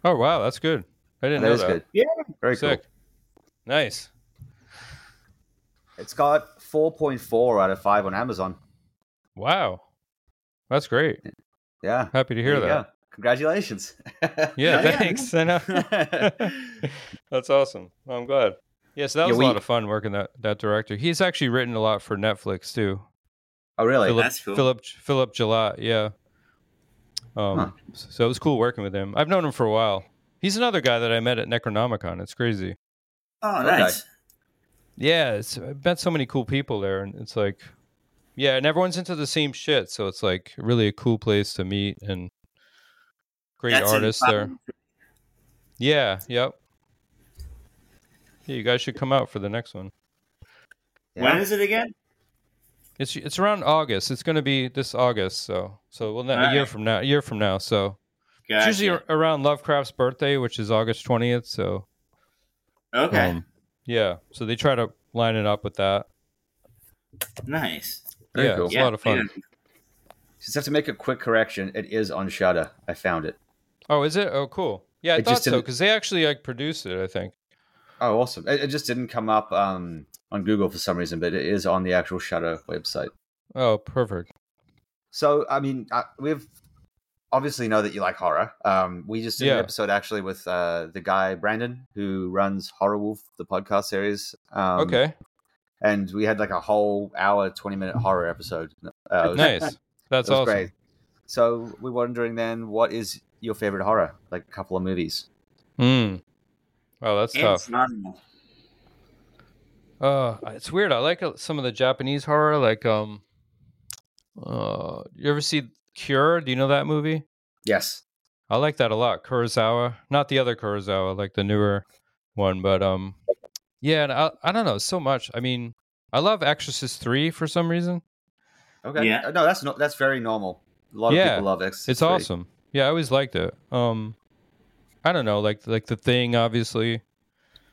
Oh wow, that's good. I didn't That know is that. good. Yeah. Very Sick. cool. Nice. It's got 4.4 out of 5 on Amazon. Wow. That's great. Yeah. Happy to hear There you that. go. Congratulations. Yeah, Yeah, yeah. thanks. I know. That's awesome. I'm glad. Yeah, so that Yeah, was we- a lot of fun working that that director. He's actually written a lot for Netflix too. oh, really? Philip that's cool. Philip Philip Gillott, yeah. Um Huh. so it was cool working with him. I've known him for a while. He's another guy that I met at Necronomicon. It's crazy. Oh, Okay. nice. Yeah, it's I've met so many cool people there and it's like yeah, and everyone's into the same shit, so it's like really a cool place to meet and great That's in artists there. Providence. Yeah, yep. Yeah, you guys should come out for the next one. Yeah. When is it again? It's it's around August. It's going to be this August, so so well, not, a year Alright. from now, a year from now. So Gotcha. it's usually ar- around Lovecraft's birthday, which is August twentieth. So okay. um, yeah, so they try to line it up with that. nice. Very yeah, cool. it's a lot of fun. yeah. Just have to make a quick correction. It is on Shudder. I found it. Oh, is it? Oh, cool. Yeah, I It thought just so didn't- because they actually like produced it. I think. Oh, awesome. It, it just didn't come up um, on Google for some reason, but it is on the actual Shudder website. Oh, perfect. So, I mean, uh, we've obviously know that you like horror. Um, we just did Yeah. an episode actually with uh, the guy, Brandon, who runs Horror Wolf, the podcast series. Um, okay, and we had like a whole hour, twenty minute horror episode. Uh, it was- it nice. That's was awesome. great. So we're wondering then, what is your favorite horror? Like a couple of movies. Mm. Wow, that's And tough. phenomenal. Uh, it's weird. I like uh, some of the Japanese horror, like um, uh, you ever see Cure? Do you know that movie? Yes. I like that a lot. Kurosawa, not the other Kurosawa, like the newer one, but um, yeah, and I I don't know so much. I mean, I love Exorcist three for some reason. Okay. Uh, Yeah. No, that's not. That's very normal. A lot of Yeah. people love Exorcist. It's III. awesome. Yeah, I always liked it. Um, I don't know, like like the thing, obviously.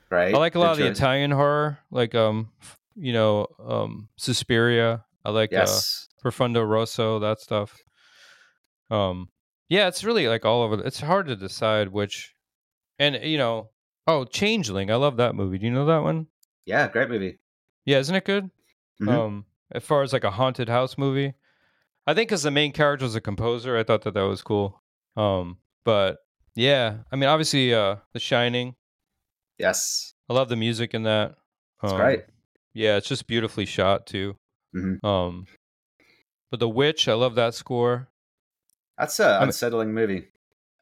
Right. I like a lot of the Good choice. Italian horror, like um, f- you know, um, Suspiria. I like uh, Yes. Profundo Rosso, that stuff. Um, yeah, it's really like all over. It's hard to decide which, and you know, oh, Changeling, I love that movie. Do you know that one? yeah. Great movie. Yeah, isn't it good? Mhm. Um, as far as like a haunted house movie, I think because the main character was a composer, I thought that that was cool. Um, but yeah, I mean, obviously, uh, The Shining. Yes. I love the music in that. That's Um, great. Yeah, it's just beautifully shot too. Mhm. Um, but the witch, I love that score. That's a I'm- unsettling movie.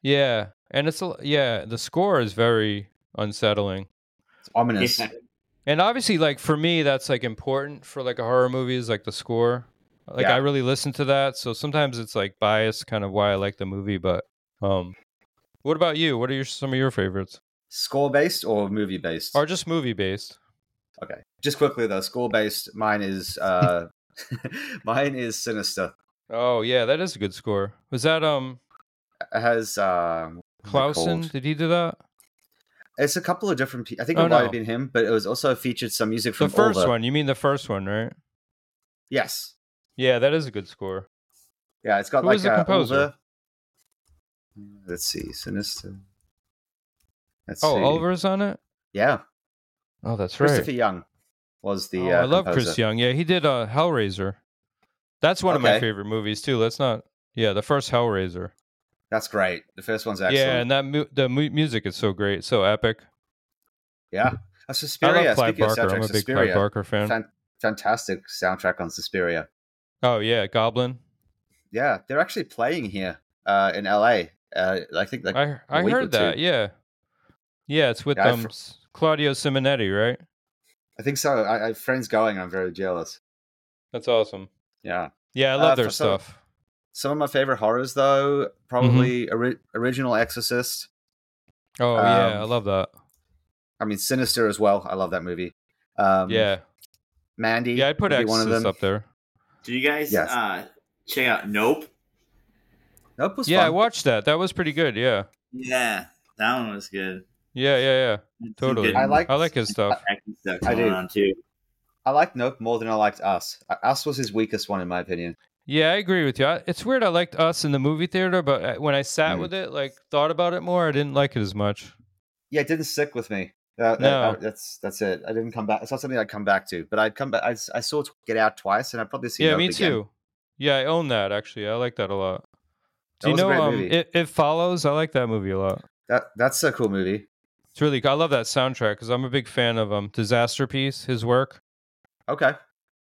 Yeah, and it's a, yeah, the score is very unsettling. It's ominous. Yeah. And obviously, like for me, that's like important for like a horror movie is like the score. Like Yeah. I really listen to that, so sometimes it's like biased, kind of why I like the movie. But um, what about you? What are your some of your favorites, Score based or movie based? or just movie based? Okay. Just quickly though, score based. Mine is uh, mine is Sinister. Oh yeah, that is a good score. Was that um It has um, what's it Clausen? called? Did he do that? It's a couple of different. Pe- I think it Oh, might no. have been him, but it was also featured some music from the first All the- one. You mean the first one, right? Yes. Yeah, that is a good score. Yeah, it's got Who like is the uh, all composer? the- Let's see, Sinister. Let's Oh, see. Oliver's on it. Yeah, Oh, that's right. Christopher Young was the. Oh, uh, I love Chris composer. Young. Yeah, he did uh, Hellraiser. That's one of my Okay. favorite movies too. Let's not. Yeah, the first Hellraiser. That's great. The first one's Yeah, excellent. and that mu- the mu- music is so great, so epic. Yeah, Uh, I Suspiria. love Clive Speaking of Barker. I'm soundtracks, a big Clive Suspiria. Barker fan. Fan- fantastic soundtrack on Suspiria. Oh yeah, Goblin. Yeah, they're actually playing here uh, in LA. Uh, I think like I I week or heard that. two. Yeah, yeah, it's with Yeah, I um fr- S- Claudio Simonetti, right? I think so. I, I have friends going. I'm very jealous. That's awesome. Yeah. Yeah, I love Uh, their for some- stuff. Some of my favorite horrors, though, probably Mm-hmm. ori- original Exorcist. Oh yeah, um, I love that. I mean, Sinister as well. I love that movie. Um, yeah, Mandy. yeah, I'd put would be one of Exorcist them. up there. Did you guys Yes. uh, check out Nope? Nope was Yeah, I fun. watched that. That was pretty good. Yeah, Yeah, that one was good. yeah, yeah, yeah. Some Totally. good I like- I like his stuff. acting stuff I going do. on too. I liked Nope more than I liked Us. Uh, Us was his weakest one, in my opinion. Yeah, I agree with you. I, it's weird. I liked Us in the movie theater, but I- when I sat Mm. with it, like thought about it more, I didn't like it as much. Yeah, it didn't stick with me. Uh, that- No. uh, that's that's it. I didn't come back. It's not something I'd come back to. But I'd come back. I, s- I saw Get Out twice, and I'd probably see. yeah, Nope me again. too. Yeah, I own that actually. I like that a lot. That Do you was a know great um, movie. it, it follows? I like that movie a lot. That that's a cool movie. It's really. I love that soundtrack because I'm a big fan of um Disaster Piece, his work. Okay,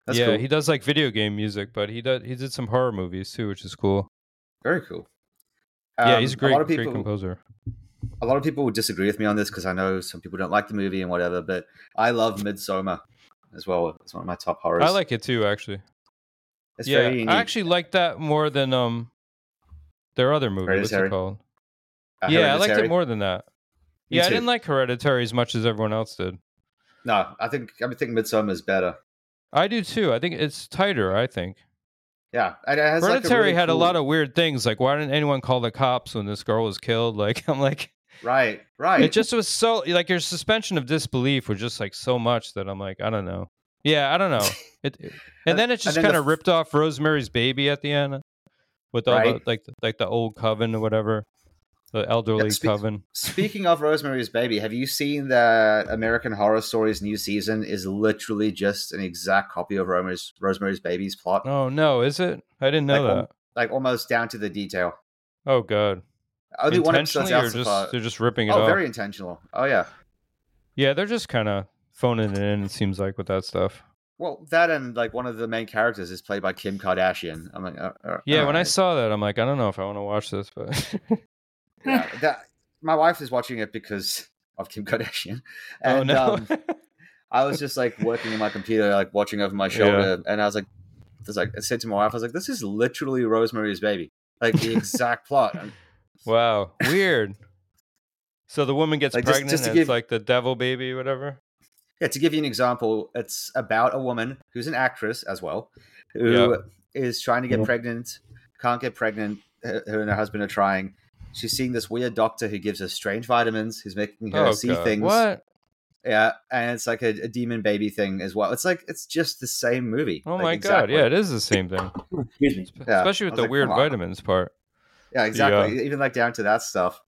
that's yeah, cool. he does like video game music, but he does he did some horror movies too, which is cool. Very cool. yeah, Um, he's a great, lot of great people- composer. a lot of people would disagree with me on this because I know some people don't like the movie and whatever, but I love Midsummer as well. It's one of my top horrors. I like it too, actually. It's yeah, very unique. I actually like that more than um their other movie. What's Hereditary? it called? Uh, yeah, I liked it Hereditary. more than that. Me yeah, I too. didn't like Hereditary as much as everyone else did. No, I think I think Midsummer is better. I do too. I think it's tighter. I think Yeah, and it has Hereditary like a really had a cool- lot of weird things. Like, why didn't anyone call the cops when this girl was killed? Like, I'm like, right, right. it just was so like your suspension of disbelief was just like so much that I'm like, I don't know. Yeah, I don't know. It, and, And- then it just then the kind of f- ripped off Rosemary's Baby at the end with all Right. the like like the old coven or whatever, the elderly speak- coven. Speaking of Rosemary's Baby, have you seen that American Horror Stories new season is literally just an exact copy of Rosemary's, Rosemary's Baby's plot, Oh no, is it? I didn't know Like, um, that. like almost down to the detail. Oh god, Only one episode's intentionally out or so just far. they're just ripping it Oh, off. very intentional. Oh yeah. Yeah, they're just kind of phoning it in. It seems like with that stuff. Well, that and like one of the main characters is played by Kim Kardashian. I'm like, uh, uh, Yeah, when I alright. saw that, I'm like, I don't know if I want to watch this, but Yeah, that, my wife is watching it because of Kim Kardashian, and oh no, um, I was just like working in my computer, like watching over my shoulder, and I was like, "There's like," I said to my wife, "I was like, this is literally Rosemary's Baby, like the exact plot." And wow, weird. So the woman gets Like, just- pregnant, just to and it's give- like the devil baby, whatever. yeah, to give you an example, it's about a woman who's an actress as well, who is Yeah. trying to get Yeah. pregnant, can't get pregnant. Her her and her husband are trying. She's seeing this weird doctor who gives her strange vitamins, who's making her oh see God. things. What? Yeah, and it's like a, a demon baby thing as well. It's like it's just the same movie. Oh like, my exactly. God! Yeah, it is the same thing, Excuse me. Sp- Yeah, especially I with was the like, weird come on. vitamins part. Yeah, exactly. Even like down to that stuff.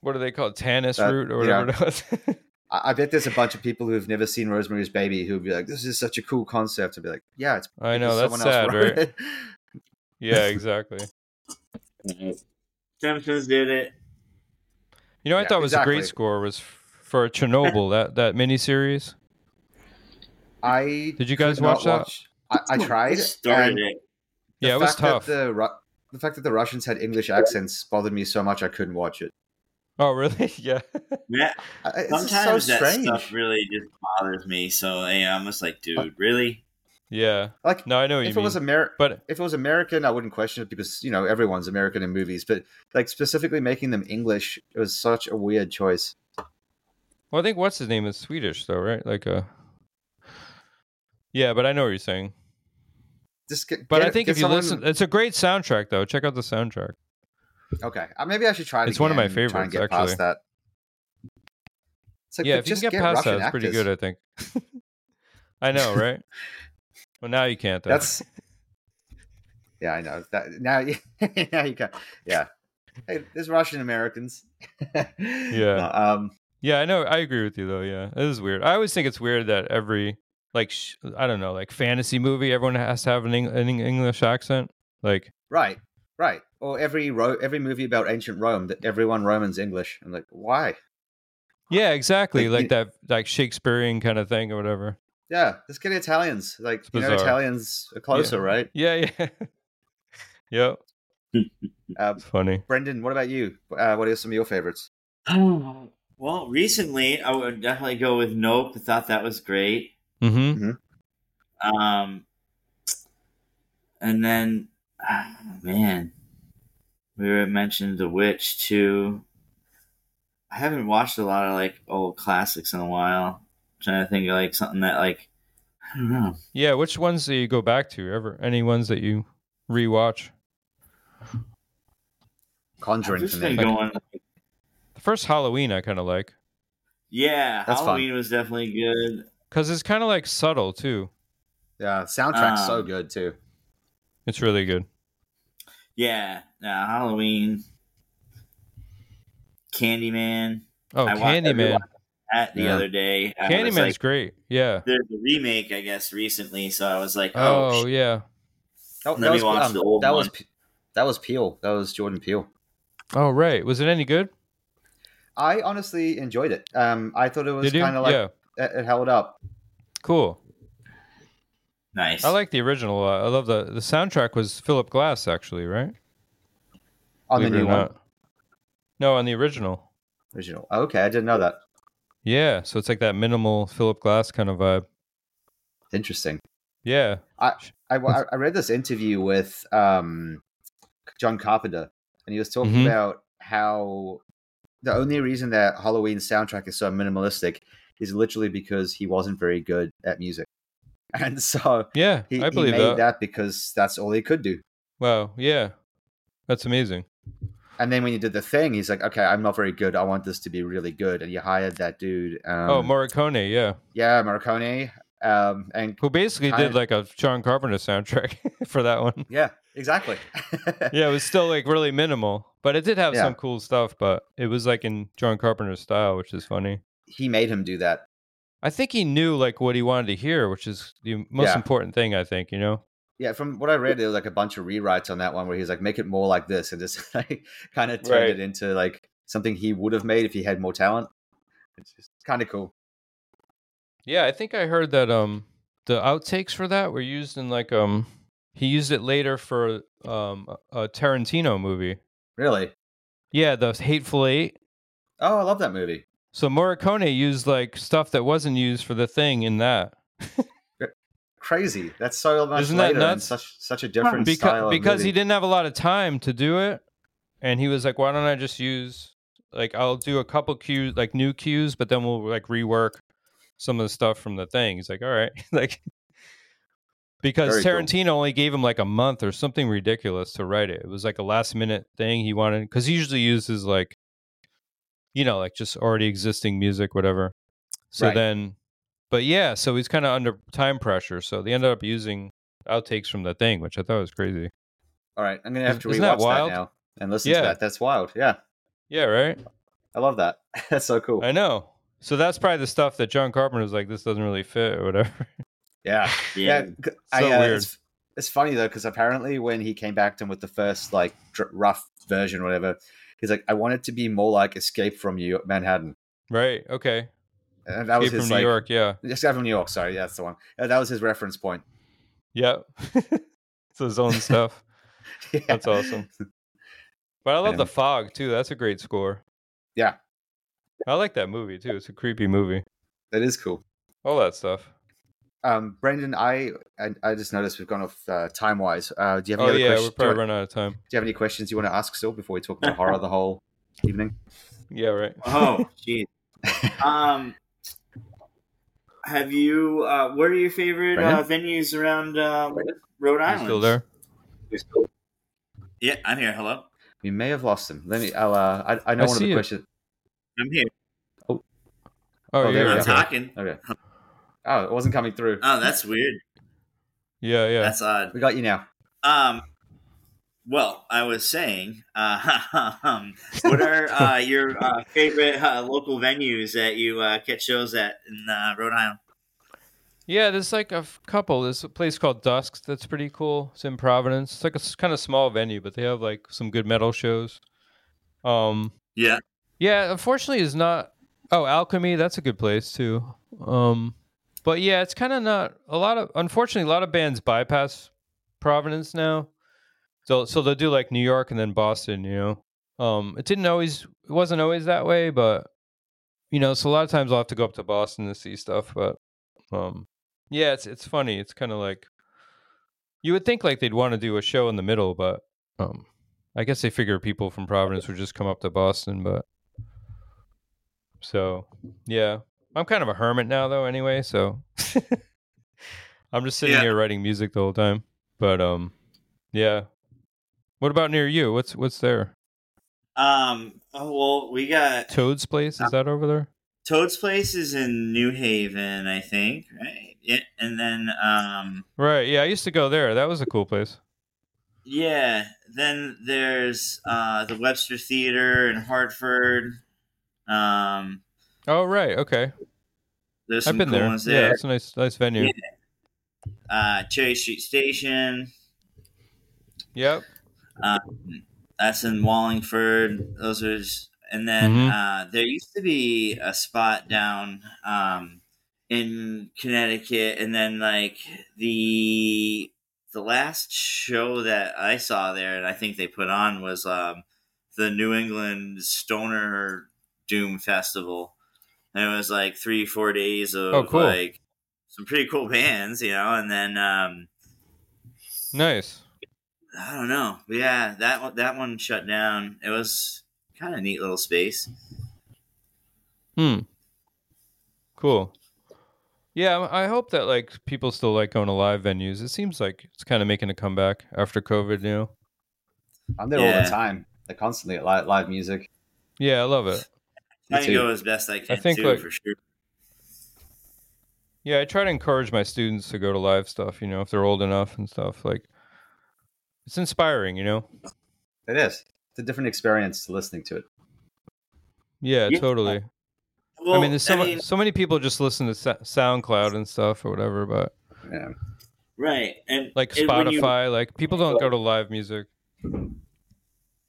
What do they call it? Tannis That- root or yeah. whatever it was. I, I bet there's a bunch of people who've never seen Rosemary's Baby who'd be like, "This is such a cool concept," and be like, "Yeah, it's." I know because that's sad, someone else wrote right? it." Yeah, exactly. Simpsons did it. You know, I Yeah, thought was a exactly. great score was for Chernobyl that that miniseries. I Did you guys could not watch that? I, I tried. Started and it. Yeah, it was fact that tough. The, Ru- the fact that the Russians had English accents bothered me so much I couldn't watch it. Oh, really? Yeah. Yeah, I- It's just sometimes so that strange. Uh, stuff really just bothers me. So yeah, I'm just like, dude, really? Yeah. Like No, I know what you if it mean. was American. but if it was American, I wouldn't question it because you know everyone's American in movies. But like specifically making them English, it was such a weird choice. well, I think what's his name is Swedish though, right? Like uh Yeah, but I know what you're saying. Just get, But get- I think get if you someone- listen, it's a great soundtrack though. Check out the soundtrack. okay, uh, maybe I should try it. It's one of my again and Try and favorites, get actually. past that. It's like, yeah, but if you just can get, past Russian that, it's pretty actors. good, I think. I know, right? well, now you can't. Though. That's yeah, I know that now. You, now you can, yeah. Hey, there's Russian Americans. No, um, Yeah, I know. I agree with you though. Yeah, it is weird. I always think it's weird that every like sh- I don't know like fantasy movie everyone has to have an, Eng- an Eng- English accent. Like right, right. Or every ro- every movie about ancient Rome that everyone Romans English. I'm like, why? yeah, exactly. Like, Like that like Shakespearean kind of thing or whatever. Yeah, let's get Italians. Like It's you know, bizarre. Italians are closer, right? Yeah, yeah, yep. Uh, It's funny. Brendan, what about you? Uh, what are some of your favorites? well, recently I would definitely go with Nope. I thought that was great. Mm-hmm. Um, and then, ah, man, we were mentioned The Witch too. I haven't watched a lot of like old classics in a while. trying to think of like something that like I don't know. Yeah, which ones do you go back to ever? Any ones that you rewatch? I've Conjuring for just been me. going. The first Halloween I kind of like Yeah, That's fun. Halloween was definitely good. because it's kind of like subtle too. Yeah, soundtrack's so Um, good too. It's really good. Yeah, nah, Halloween, Candyman. Oh, I wa- Candyman. At the Yeah. other day, I was Candyman's like, great. Yeah. there's a remake, I guess, recently. So I was like, oh, Oh, yeah. Oh, Let me watch the old that one. was P- that was Peel. That was Jordan Peel. Oh, right. Was it any good? I honestly enjoyed it. Um, I thought it was Did you? kind of like yeah. it, it held up. Cool. nice. I like the original. a lot. I love the the soundtrack was Philip Glass actually, right? on the Believe it new one or not. No, on the original. original. Okay, I didn't know that. Yeah, so it's like that minimal Philip Glass kind of vibe. Interesting. Yeah. I, I I read this interview with um, John Carpenter, and he was talking Mhm. about how the only reason that Halloween soundtrack is so minimalistic is literally because he wasn't very good at music, and so Yeah, he, I he believe made that. that. because that's all he could do. Wow, yeah. That's amazing. And then when he did the thing, he's like, "Okay, I'm not very good. I want this to be really good." And he hired that dude. Um, oh, Morricone, yeah. yeah, Marconi. Um, and Who basically I- did like a John Carpenter soundtrack for that one. yeah, exactly. Yeah, it was still like really minimal, but it did have Yeah. some cool stuff, but it was like in John Carpenter's style, which is funny. He made him do that. I think he knew like what he wanted to hear, which is the most Yeah. important thing, I think, you know? Yeah, from what I read, there was like a bunch of rewrites on that one where he's like, make it more like this, and just like kind of turned Right. it into like something he would have made if he had more talent. It's just kind of cool. Yeah, I think I heard that um the outtakes for that were used in like um he used it later for um a a Tarantino movie. Really? Yeah, the Hateful Eight. Oh, I love that movie. So Morricone used like stuff that wasn't used for the thing in that. Crazy. That's so much Isn't that later and nuts? such such a different style. Because of because movie. he didn't have a lot of time to do it and he was like why don't I just use like I'll do a couple cues like new cues but then we'll like rework some of the stuff from the thing. He's like all right. like because Very cool. Tarantino only gave him like a month or something ridiculous to write it. It was like a last minute thing he wanted cuz he usually uses like you know like just already existing music whatever. So Right. then but yeah, so he's kind of under time pressure. So they ended up using outtakes from the thing, which I thought was crazy. All right, I'm gonna have to rewatch Isn't that that, wild? now and listen Yeah. to that. That's wild. Yeah, Yeah, right. I love that. That's so cool. I know. So that's probably the stuff that John Carpenter was like, this doesn't really fit or whatever. Yeah, yeah. yeah. c- I, So uh, weird. It's, it's funny though because apparently when he came back to him with the first like dr- rough version, or whatever, he's like, "I want it to be more like Escape from you, Manhattan." Right. Okay. And that was Escape his from like, New York. Yeah. Escape from New York. Sorry, yeah, that's the one. Uh, That was his reference point. Yeah. it's his own stuff. Yeah. That's awesome. But I love the And- fog too. That's a great score. Yeah. I like that movie too. It's a creepy movie. That is cool. All that stuff. Um, Brendan, I, I I just noticed we've gone off uh, time wise. Uh, do you have any Oh other yeah, we're questions? Do you, probably running out of time. do you have any questions you want to ask still before we talk about horror the whole evening? Yeah, right. Oh, jeez. Um, have you? Uh, what are your favorite uh, venues around um, Rhode You Island? still there? Yeah, I'm here. Hello, We may have lost him. Let me. I'll, uh, I I know I one of see the you. questions. I'm here. Oh, Oh, yeah, there we I'm go. yeah. talking. Okay. Oh, it wasn't coming Uh, through. Oh, that's weird. Yeah, yeah. That's odd. We got you now. Um, well, I was saying, uh, um, what are uh, your uh, favorite uh, local venues that you uh, catch shows at in uh, Rhode Island? Yeah, there's like a f- couple. There's a place called Dusk that's pretty cool. It's in Providence. It's like a kind of small venue, but they have like some good metal shows. Um, Yeah. yeah. Unfortunately, it's not. Oh, Alchemy. That's a good place too. Um, but yeah, it's kind of not a lot of. Unfortunately, a lot of bands bypass Providence now. So so they'll do like New York and then Boston. You know, um, it didn't always. It wasn't always that way, but you know, so a lot of times I'll have to go up to Boston to see stuff, but. Um, yeah, it's it's funny. It's kind of like you would think like they'd want to do a show in the middle, but um, I guess they figure people from Providence would just come up to Boston. But so yeah, I'm kind of a hermit now, though. Anyway, so I'm just sitting Yeah. here writing music the whole time. But um, yeah. What about near you? What's what's there? Um, oh, well, we got Toad's place is that over there? Toad's Place is in New Haven, I think, right? Yeah, and then um, Right. Yeah, I used to go there. That was a cool place. yeah, then there's uh, the Webster Theater in Hartford. Um, Oh right. Okay. there's some I've been cool there. ones Yeah, there. that's a nice nice venue. Yeah. Uh, Cherry Street Station. Yep. That's in Wallingford. Those are, just, and then Mhm. uh, there used to be a spot down um, in Connecticut, and then like the the last show that I saw there, and I think they put on was um, the New England Stoner Doom Festival, and it was like three four days of Oh, cool. like some pretty cool bands, you know, and then. Um, Nice. I don't know. Yeah, that one, that one shut down. It was kind of neat little space. Hmm. Cool. Yeah, um, I I hope that like people still like going to live venues. It seems like it's kind of making a comeback after COVID, you know. I'm there all Yeah. the time. They're constantly at live, live music. Yeah, I love it. Me I too. can go as best I can think, too, like- for sure. Yeah, I try to encourage my students to go to live stuff, you know, if they're old enough and stuff. Like it's inspiring, you know. It is. It's a different experience listening to it. Yeah, Yeah. totally. Well, I mean, there's so mu- mean, so many people just listen to Sa- SoundCloud and stuff or whatever, but Yeah. right, and like and when you- Spotify, like people don't go to live music.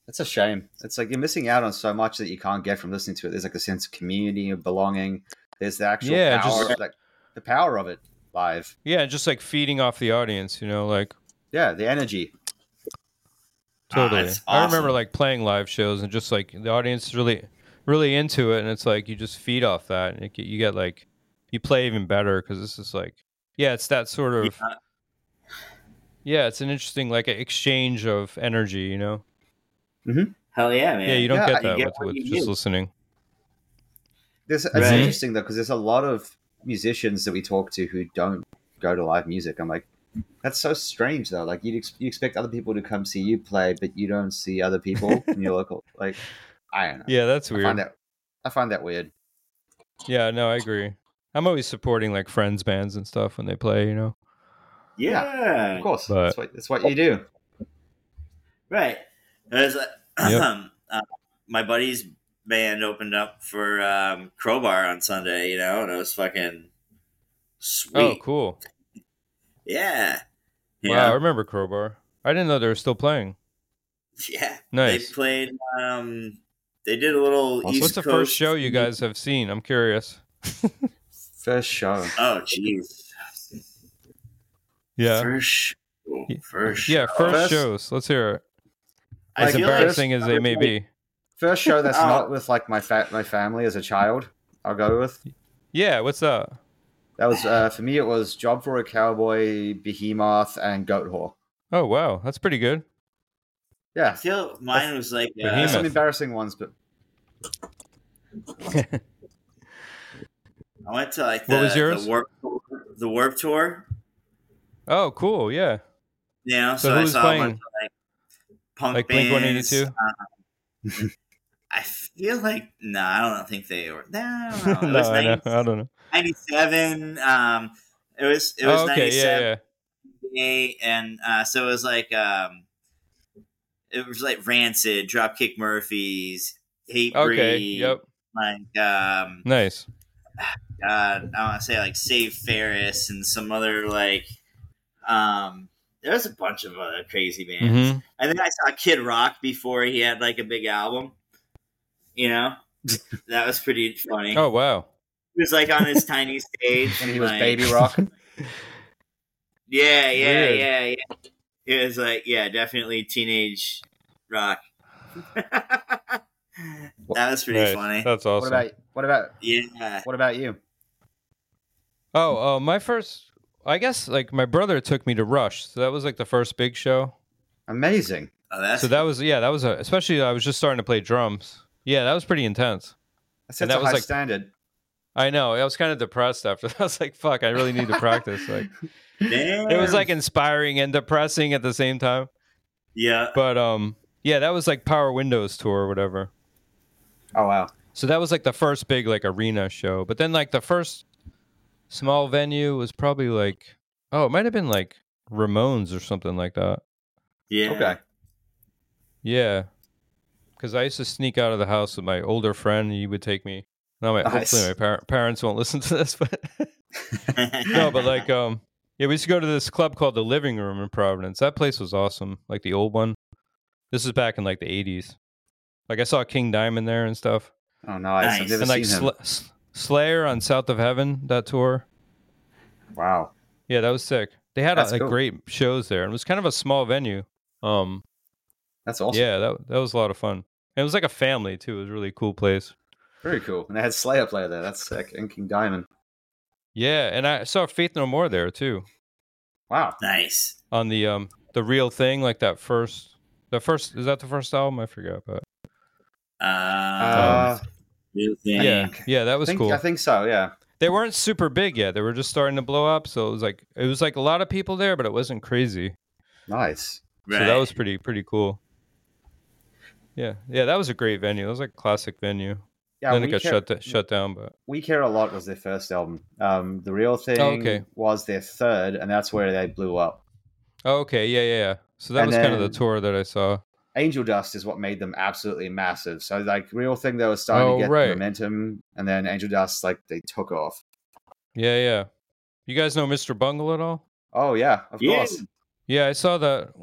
It's a shame. It's like you're missing out on so much that you can't get from listening to it. There's like a sense of community of belonging. There's the actual Yeah, power, just- like the power of it live. Yeah, just like feeding off the audience, you know, like Yeah, the energy. Ah, Totally. it's I remember awesome. like playing live shows and just like the audience is really, really into it, and it's like you just feed off that, and it, get- you get like you play even better because this is like yeah, it's that sort of yeah. it's an interesting like exchange of energy, you know. hell yeah, man. Yeah, you don't Yeah, get you that get with, what with you just do. listening. There's, It's Right. interesting though because there's a lot of musicians that we talk to who don't go to live music. I'm like, that's so strange though. Like you ex- you expect other people to come see you play, but you don't see other people in your local. Like, I don't know. Yeah, that's I find weird. that I find that weird. Yeah, no, I agree. I'm always supporting like friends bands and stuff when they play, you know. yeah, Of course, But- that's, what, that's what you do. right. There's a- Yep. um, uh, my buddy's band opened up for um, Crowbar on Sunday, you know, and it was fucking sweet. Oh, cool. Yeah, Wow, I yeah, remember Crowbar. I didn't know they were still playing. yeah. Nice. They played. Um, They did a little Also, East what's the Coast- first show you guys have seen? I'm curious. First show. Oh, jeez. Yeah. First. sh- Ye- First. Yeah, show. first, First- shows. Let's hear it. I As feel like- embarrassing as they may be. First show that's Oh. not with like my fa- my family as a child. I'll go with Yeah, what's up? that was uh, for me. It was Job for a Cowboy, Behemoth, and Goat Whore. Oh wow, that's pretty good. Yeah, I feel mine was like uh, there's some Behemoth. embarrassing ones, but I went to like the, What was yours? the warp the warp tour. Oh, cool. Yeah, You know, So so, who I was saw a playing? bunch of like punk like Blink bands. One Eighty Two. I feel like no, I don't think they were. No, I No, don't know. it was I, know. 90 I don't know. 97. Um, it was it was Oh, okay, yeah, 97. yeah. day, and uh, so it was like um, it was like Rancid, Dropkick Murphys, Hate Okay, Breed, yep. like um, Nice. God, I want to say like Save Ferris and some other like um, there's a bunch of other crazy bands. hmm And then I saw Kid Rock before he had like a big album. You know, that was pretty funny. Oh wow. He was like on this tiny stage, when he was like- Baby Rock. Yeah, yeah, Weird. yeah, yeah. It was like, yeah, definitely teenage rock. that was pretty Nice. funny. That's What awesome. about what about Yeah. what about you? Oh, uh, my first. I guess like my brother took me to Rush, so that was like the first big show. Amazing. Oh, that's So that was yeah, that was a, especially I was just starting to play drums. Yeah, that was pretty intense. That's And such that a was, high like, standard. I know. I was kind of depressed after that. I was like, "Fuck, I really need to practice." Like it was like inspiring and depressing at the same time. yeah. But um, yeah, that was like Power Windows tour or whatever. Oh wow. So that was like the first big like arena show. But then like the first small venue was probably like oh, it might have been like Ramones or something like that. Yeah. Okay. Yeah. Cuz I used to sneak out of the house with my older friend, he would take me. Now my Nice. hopefully my par- parents won't listen to this, but no, but like um yeah, we used to go to this club called the Living Room in Providence. That place was awesome, like the old one. This is back in like the 80s. Like I saw King Diamond there and stuff. Oh nice. Nice. I've never and like seen him. Sl- S- Slayer on South of Heaven that tour. wow. Yeah, that was sick. They had uh, That's like, cool. great shows there, and it was kind of a small venue. Um, That's awesome. yeah, that that was a lot of fun. And it was like a family too. It was a really cool place. Very cool. And they had Slayer player there. That's sick. And King Diamond. Yeah, and I saw Faith No More there too Wow. nice. on the um the real thing, like that first. The first is that the first album? I forgot, but Uh, Uh, new thing. yeah, yeah, that I Um, was think cool. I think so. Yeah. they weren't super big yet; they were just starting to blow up. So it was like it was like a lot of people there, but it wasn't crazy. Nice. Right. So that was pretty pretty cool. Yeah, yeah, that was a great venue. That was like a classic venue. Yeah. then it we got care- shut da- shut down, but We Care a Lot was their first album. Um, the Real Thing Oh, okay. was their third, and that's where they blew up. oh, okay, yeah, yeah, yeah. So that And was kind of the then- tour that I saw. Angel Dust is what made them absolutely massive. So like Real Thing, they were starting Oh, to get right. momentum, and then Angel Dust, like they took off. Yeah, yeah. You guys know Mr. Bungle at all? Oh yeah, of Yeah. course. Yeah, I saw that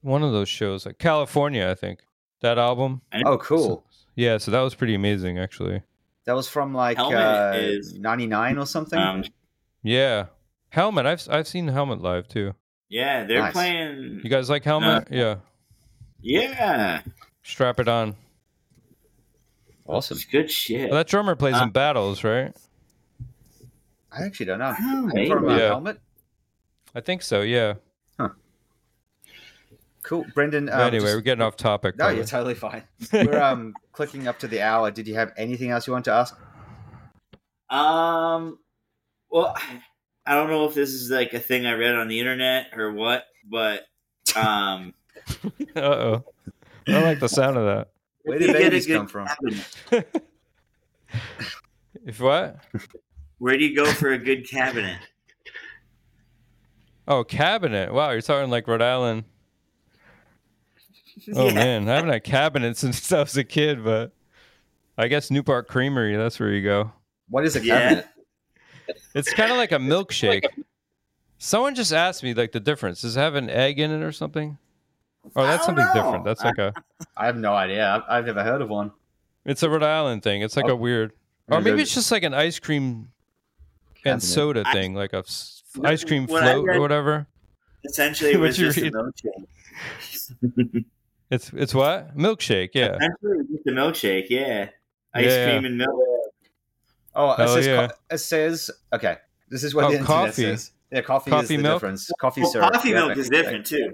one of those shows, like California, I think. That album. Oh cool. Yeah, so that was pretty amazing actually. That was from like Helmet uh, is- '99 or something. Um, Yeah. Helmet, I've I've seen Helmet live too. yeah, they're Nice. playing. You guys like Helmet? yeah. yeah. Strap it on. awesome. It's good shit. Well, that drummer plays Uh, in battles, right? I actually don't know. Oh, hey. From uh, Yeah. Helmet. I think so, yeah. Cool, Brendan. Um, But anyway, just- we're getting off topic. no, probably. you're totally fine. we're um clicking up to the hour. Did you have anything else you want to ask? Um, well, I don't know if this is like a thing I read on the internet or what, but um, Uh oh. I like the sound of that. Where you did get a babies good come from? cabinet? If what? Where do you go for a good cabinet? Oh, cabinet. Wow, you're talking like Rhode Island. Oh man, I haven't had cabinet since I was a kid, but I guess New Park Creamery, that's where you go. What is a Yeah. cabinet? It's kind of like a milkshake. Someone just asked me like the difference. Does it have an egg in it or something? Oh, that's I don't something know. different. That's like a I have no idea. I've, I've never heard of one. It's a Rhode Island thing. It's Oh. like a weird, or maybe it's just like an ice cream Cabinet. and soda I- thing, like a s- No, ice cream what I float read- or whatever. Essentially, it What was you just a read? milkshake. It's it's what milkshake, yeah. Essentially, it was just a milkshake. Yeah, ice Yeah. cream and milk. Oh, it, Oh, says, co- yeah. it says okay. This is what Oh, the internet coffee. says. Yeah, coffee, is Coffee the milk? difference. Coffee Well, syrup. coffee yeah, milk is different too.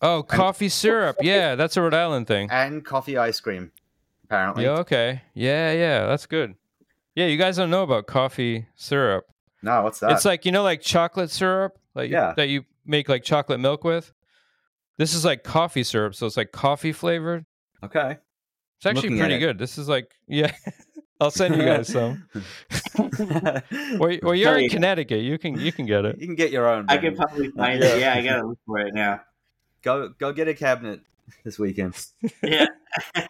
Oh, coffee syrup, yeah. That's a Rhode Island thing. And coffee ice cream, apparently. Yeah, okay, yeah, yeah. That's good. Yeah, you guys don't know about coffee syrup. No, what's that? It's like you know, like chocolate syrup, like Yeah. that you make like chocolate milk with. This is like coffee syrup, so it's like coffee flavored. okay. It's I'm actually looking at pretty it. good. This is like, yeah, I'll send you guys some. Well, y- well, you're in you. Connecticut. You can you can get it. you can get your own. I Brendan. could probably find it. Yeah, I gotta look for it now. go go get a cabinet this weekend. Yeah.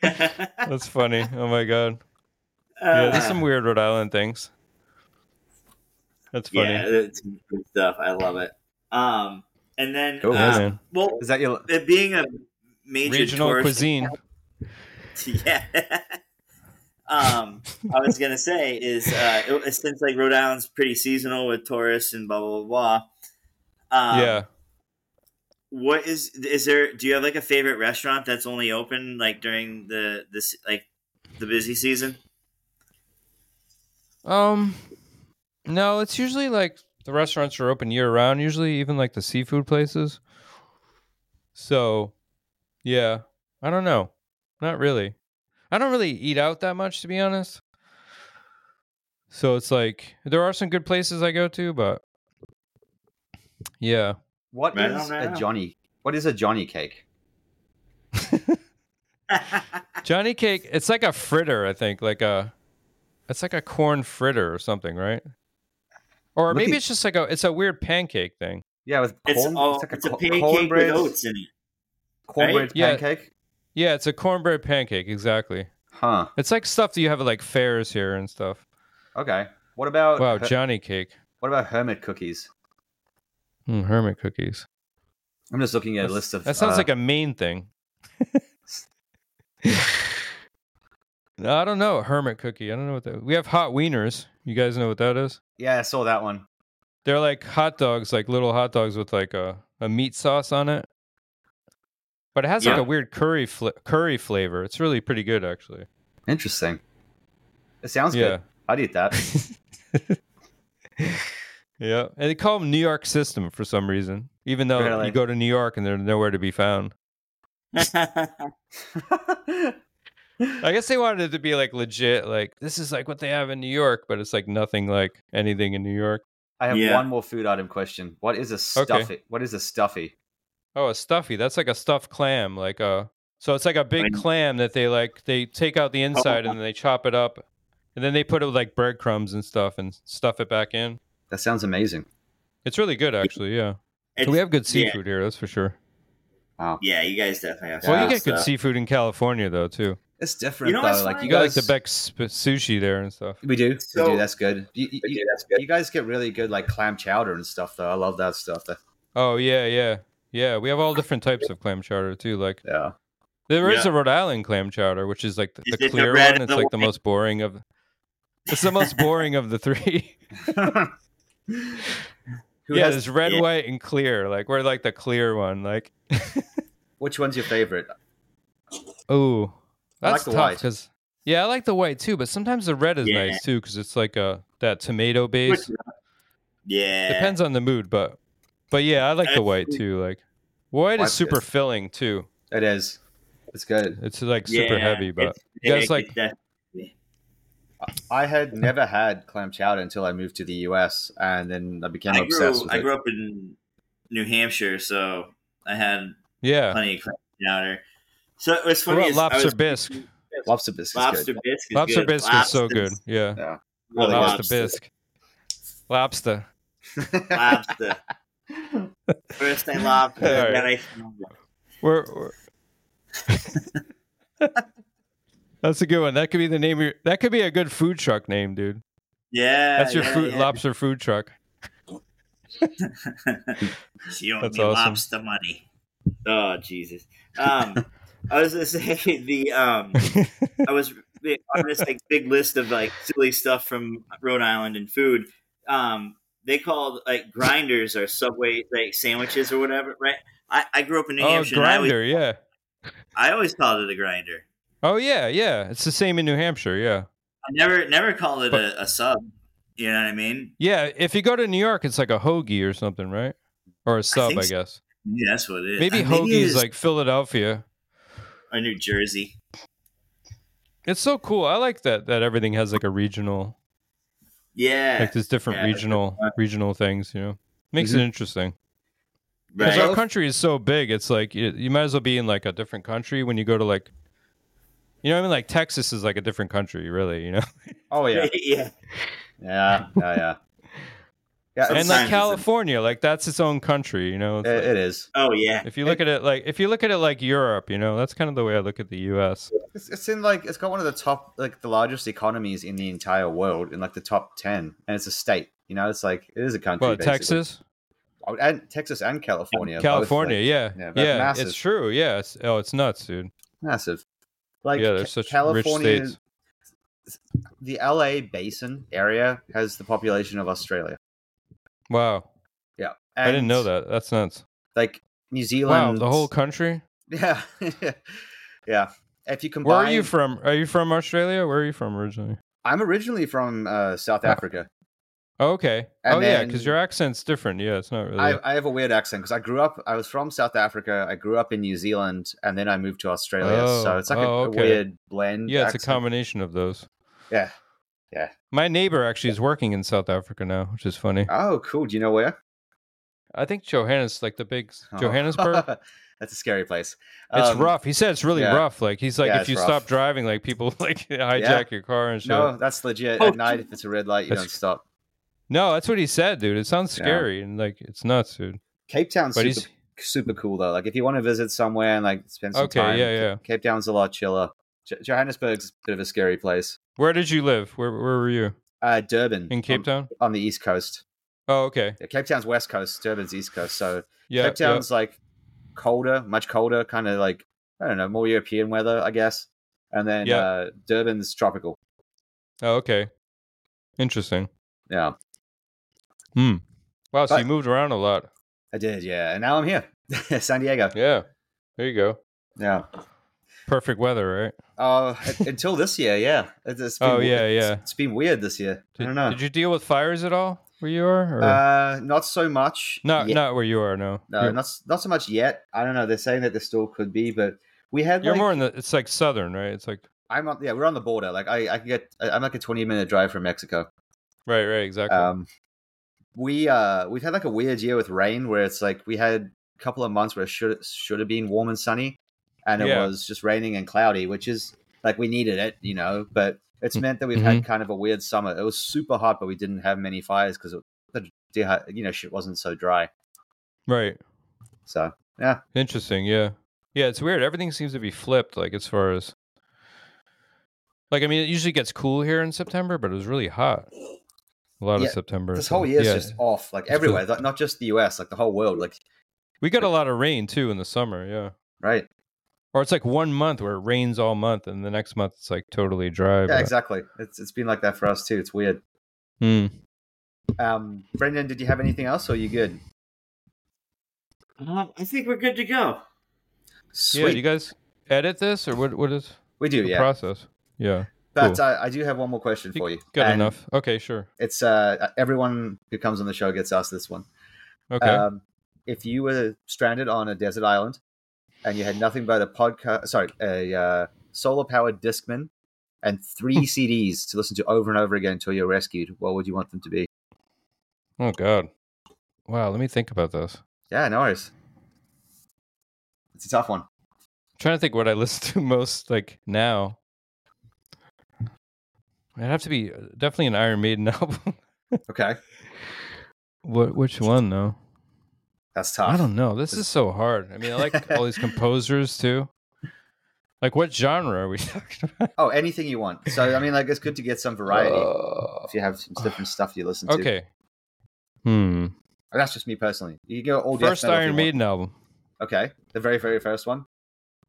That's funny. Oh my god. Yeah, Uh, there's some weird Rhode Island things. That's funny. Yeah, it's good stuff. I love it. Um, and then Cool. Yeah, uh, man. well, Oh, Is that your? it being a major Regional tourist- cuisine. yeah. um, I was gonna say is uh, it, since like Rhode Island's pretty seasonal with tourists and blah blah blah. blah um, yeah. What is is there? Do you have like a favorite restaurant that's only open like during the this like the busy season? Um, no, it's usually like the restaurants are open year round. Usually, even like the seafood places. So, yeah, I don't know. Not really. I don't really eat out that much, to be honest. So it's like there are some good places I go to, but yeah, What Right is on, right a on. Johnny? What is a Johnny cake? Johnny Cake. It's like a fritter, I think. Like a, it's like a corn fritter or something, right? Or Looking- maybe it's just like a, it's a weird pancake thing. Yeah, with It's corn. all it's like it's a co- pancake cornbread, with oats in it. cornbread right? Yeah. pancake. Yeah, it's a cornbread pancake, exactly. Huh. It's like stuff that you have at like fairs here and stuff. Okay. What about Wow, Oh, her- Johnny cake. what about hermit cookies? Mm, hermit cookies. I'm just looking at a That's- list of. That sounds uh, like a main thing. no, I don't know. Hermit cookie. I don't know what that. We have hot wieners. You guys know what that is? Yeah, I saw that one. They're like hot dogs, like little hot dogs with like a, a meat sauce on it. But it has like Yeah. a weird curry fl- curry flavor. It's really pretty good actually. Interesting. It sounds yeah. good. I'd eat that. Yeah, and they call them New York system for some reason, even though Really? you go to New York and they're nowhere to be found. I guess they wanted it to be like legit, like this is like what they have in New York, but it's like nothing like anything in New York. I have Yeah. one more food item question. What is a Okay. stuffy? What is a stuffy? Oh, a stuffy. That's like a stuffed clam, like a so it's like a big Right. Oh. clam that they like they take out the inside and then they chop it up, and then they put it with like breadcrumbs and stuff and stuff it back in. That sounds amazing. It's really good actually. Yeah, so It's- we have good yeah. seafood here, that's for sure. Wow. Yeah, you guys definitely have. well, some you get good stuff. seafood in California though too. It's different You know though. what's Like you You got like guys, the Beck sp- sushi there and stuff. We do. we So- do. That's good. You, you- you- you guys get really good like clam chowder and stuff though. I love that stuff. That- Oh yeah, yeah, yeah. We have all different types of clam chowder too. Like yeah. there is Yeah. a Rhode Island clam chowder, which is like the, Is the it the clear red one. and It's the like the white? most boring of. It's the most boring of the three. Who yeah, has- there's red, yeah. white, and clear. Like we're like the clear one. Like which one's your favorite? ooh, I like that's the tough white. because yeah, I like the white too, but sometimes the red is Yeah. nice too because it's like a that tomato base. Yeah. Depends on the mood, but but yeah, I like the white Actually- too. Like white White's is super good. filling too. It is. It's good. It's like super Yeah, heavy, but it's you guys big, like- it's def- I had never had clam chowder until I moved to the US, and then I became I obsessed grew with I it. grew up in New Hampshire, so I had yeah. plenty of clam chowder. So it was What funny. about is I lobster was- bisque? Lobster biscuits. Lobster Good. bisque. Lobster good. bisque is so good. Lobster's Yeah. Yeah. really lobster, lobster. bisque. Lobster. Lobster. First I lobster, All right. then I. We're, we're- That's a good one. That could be the name. Of your, that could be a good food truck name, dude. Yeah. That's your yeah, food, yeah. lobster food truck. She owed That's me awesome. lobster money. Oh Jesus. Um, I was gonna say the um, I was they- on this like big list of like silly stuff from Rhode Island and food. Um, they called like grinders or subway like sandwiches or whatever, right? I, I grew up in New Oh, Hampshire. and I always, grinder, yeah. I always called it a grinder. Oh yeah, yeah. It's the same in New Hampshire, yeah. I never never called it But- a, a sub. You know what I mean? Yeah, if you go to New York, it's like a hoagie or something, right? Or a sub, I, think so. guess. Yeah, that's what it is. Maybe Uh, hoagie it is like Philadelphia. or New Jersey. It's so cool. I like that that everything has like a regional, Yeah, like there's different Yeah. regional regional things. You know, makes Mm-hmm. it interesting because right. our country is so big. It's like you, you might as well be in like a different country when you go to like, you know, what I mean, like Texas is like a different country, really. You know, Oh yeah, yeah, yeah, yeah, yeah. Yeah, Sometimes Sometimes it's, and like it's- California, like that's its own country. You know, It's it, like- it is. Oh yeah. if you look at it like if you look at it like Europe, you know, that's kind of the way I look at the U.S. It's, it's in like it's got one of the top, like the largest economies in the entire world, in like the top ten, and it's a state. You know, it's like it is a country. Well, basically. Texas, Oh, and Texas and California, both, California, like, yeah, yeah, yeah, they're massive. it's true. Yeah, it's, oh, it's nuts, dude. massive. Like yeah, Ca- they're such California, rich states. the LA Basin area has the population of Australia. Wow, Yeah, I didn't And, know that. That's nuts. Like New Wow, Zealand, the whole country. yeah, yeah. If you combine, Where are you from? Are you from Australia? Where are you from originally? I'm originally from uh, South Oh. Africa. Oh, okay. And oh yeah, then- because your accent's different. Yeah, it's not really. I, I have a weird accent because I grew up. I was from South Africa. I grew up in New Zealand, and then I moved to Australia. so Oh, it's like a, oh, a okay. weird blend. yeah, it's a accent. combination of those. Yeah. My neighbor actually is working in South Africa now, which is funny. Oh, cool. Do you know where? I think Johannes, like the big Oh. Johannesburg. That's a scary place. It's Um, rough. He said it's really yeah. rough. Like he's like Yeah, if it's you rough. stop driving, like people like hijack your car and shit. No, No. that's legit. Oh, At night, if it's a red light, you That's- don't stop. that's what he said, dude. It sounds Yeah. scary and like it's nuts, dude. Cape Town's But super, he's super cool though. Like if you want to visit somewhere and like spend some Okay, time, yeah, Ca- yeah. Cape Town's a lot chiller. Jo- Johannesburg's a bit of a scary place. where did you live? Where where were you Uh, Durban in Cape on- Town? on the east coast. Oh, okay. Yeah, Cape Town's west coast. Durban's east coast. So Yeah, Cape yeah. Town's like colder, much colder, kind of like I don't know, more European weather, I guess. And then Yeah. uh, Durban's tropical. Oh, okay. Interesting. Yeah, Wow, so But- you moved around a lot. I did. Yeah, and now I'm here, San Diego. Yeah. There you go. Yeah. Perfect weather, right? Uh, un- until this year, yeah. It's, it's Oh, yeah, it's- yeah. it's been weird this year. Did, I don't know. did you deal with fires at all where you are? Or? uh, not so much. not yet. not where you are, no. No, you're not s- not so much yet. I don't know. They're saying that there still could be, but we had. you're like, more in the it's like southern, right? It's like I'm on. Yeah, we're on the border. Like I, I can get. I- I'm like a 20 minute drive from Mexico. right, right, exactly. Um, we uh we've had like a weird year with rain where it's like we had a couple of months where it should should have been warm and sunny, and it Yeah. was just raining and cloudy, which is like we needed it, you know. But it's Mm, meant that we've had kind of a weird summer. It was super hot, but we didn't have many fires because the dehi- you know shit wasn't so dry. right. So Interesting, yeah. Yeah, it's weird. Everything seems to be flipped, like as far as like I mean it usually gets cool here in September, but it was really hot. A lot Yeah, of September. this so- whole year's yeah. just off, like It's 'cause- everywhere, like, not just the U.S., like the whole world, like we got a lot of rain too in the summer, yeah. right? Or it's like one month where it rains all month and the next month it's like totally dry. Yeah, but- exactly. It's it's been like that for us too. It's weird. Hmm. Um, Brendan, did you have anything else, or are you good? Uh, I think we're good to go. Sweet, Yeah, do you guys edit this or what what is we do. the Yeah, process? Yeah. But Cool. uh, I do have one more question for you. Good And enough. Okay, sure. It's uh, everyone who comes on the show gets asked this one. Okay. Um, if you were stranded on a desert island and you had nothing but a podcast, sorry, a uh, solar powered discman and three CDs to listen to over and over again until you're rescued, what would you want them to be? oh god. Wow, let me think about this. Yeah, no worries. It's a tough one. trying to think what I listen to most like now. It'd have to be uh, definitely an Iron Maiden album. Okay, what which one though? that's tough. I don't know. This is so hard. I mean, I like all these composers too. Like what genre are we talking about? Oh, anything you want. So I mean, like it's good to get some variety Uh, if you have some different stuff you listen to. okay. Hmm. And that's just me personally. You can go all death First metal if you Iron want. Maiden album. Okay, the very very first one.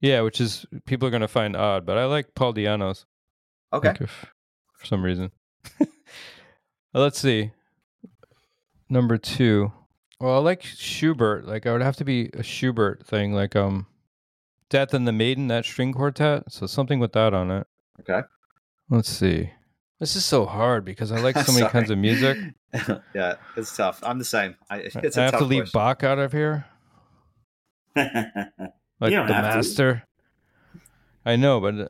Yeah, which is people are gonna find odd, but I like Paul Diano's. Okay. think, if- for some reason. Let's see. Number two. Well, I like Schubert. Like I would have to be a Schubert thing, like um, Death and the Maiden, that string quartet. So something with that on it. Okay. Let's see. This is so hard because I like so many kinds of music. yeah, it's tough. I'm the same. I, it's I a tough have to leave question. Bach out of here, like don't the have to. master. I know, but uh,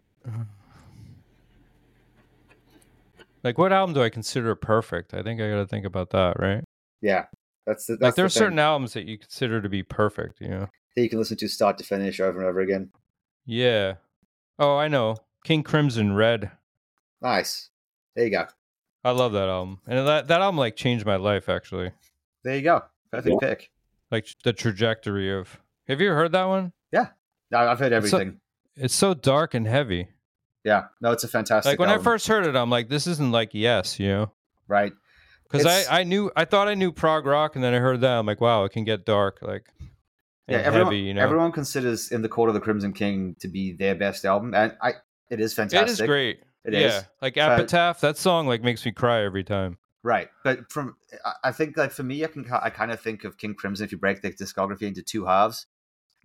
like, what album do I consider perfect? I think I got to think about that, right? Yeah, that's the, that's like there the are certain thing albums that you consider to be perfect, you know. that you can listen to start to finish over and over again. Yeah. Oh, I know. King Crimson Red. Nice. There you go. I love that album. And that that album like changed my life actually. There you go. Perfect pick. Like the trajectory of Have you heard that one? No, I've heard It's so- everything. It's so dark and heavy. yeah. No, it's a fantastic. Like when I album, first heard it, I'm like, this isn't like yes, you know. right. Because It's- I, I knew I thought I knew prog rock and then I heard that. I'm like, wow, it can get dark, like Yeah, and everyone, heavy, you know. everyone considers "In the Court of the Crimson King" to be their best album, and I, it is it fantastic. is great. It yeah. is. Like So- Epitaph, that song like makes me cry every time. right. But from, I- I think like for me, I can, ki- I kind of think of King Crimson if you break their discography into two halves.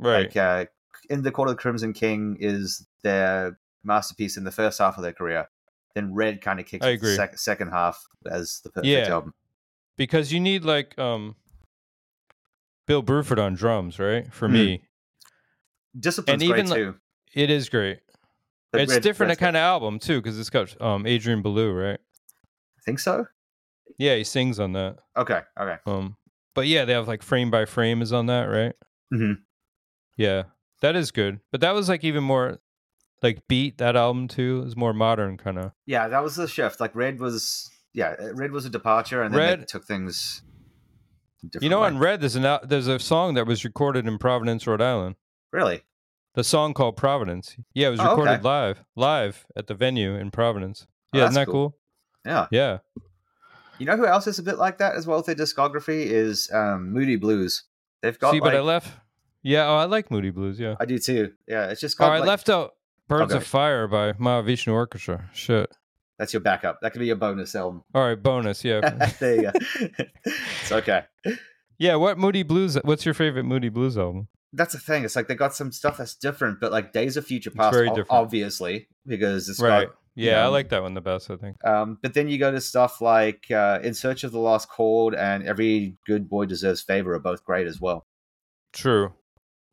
Right. Like, uh, "In the Court of the Crimson King" is their masterpiece in the first half of their career. Then Red kind of kicks I into the agree. sec- second half as the perfect Yeah. album. because you need like um Bill Bruford on drums, right? For Hmm. me, Discipline's And great even, like, too. it is great. but it's Red- different Red's kind of album too because it's got um Adrian Belew, right? good. Think so? Yeah, he sings on that. Okay. Okay. Um, but yeah, they have like frame by frame is on that, right? Mhm. Yeah, that is good. But that was like even more like beat that album too is more modern kind of. Yeah, that was the shift. Like Red was, yeah, uh, Red was a departure, and then they Red- took things. a Different You know, way. on Red there's an al- there's a song that was recorded in Providence, Rhode Island. really, The song called Providence. Yeah, it was Oh, okay. recorded live, live at the venue in Providence. Oh, Yeah, that's isn't that cool. cool? yeah. Yeah. You know who else is a bit like that as well? With their discography is um, Moody Blues. They've got. See, like, but I, I left. Yeah, oh, I like Moody Blues. Yeah. do too. Yeah, it's just. Oh, Got, I like- left out Birds Okay. of Fire by Mahavishnu Orchestra. Shit. That's your backup. That could be your bonus album. All right, bonus. Yeah. there you go. it's okay. yeah. What Moody Blues? What's your favorite Moody Blues album? That's the thing. It's like they got some stuff that's different, but like Days of Future It's Past, very o- different. obviously, because it's right. got Yeah, yeah. I like that one the best. I think. Um, but then you go to stuff like uh, In Search of the Lost Chord and Every Good Boy Deserves Favor are both great as well. True.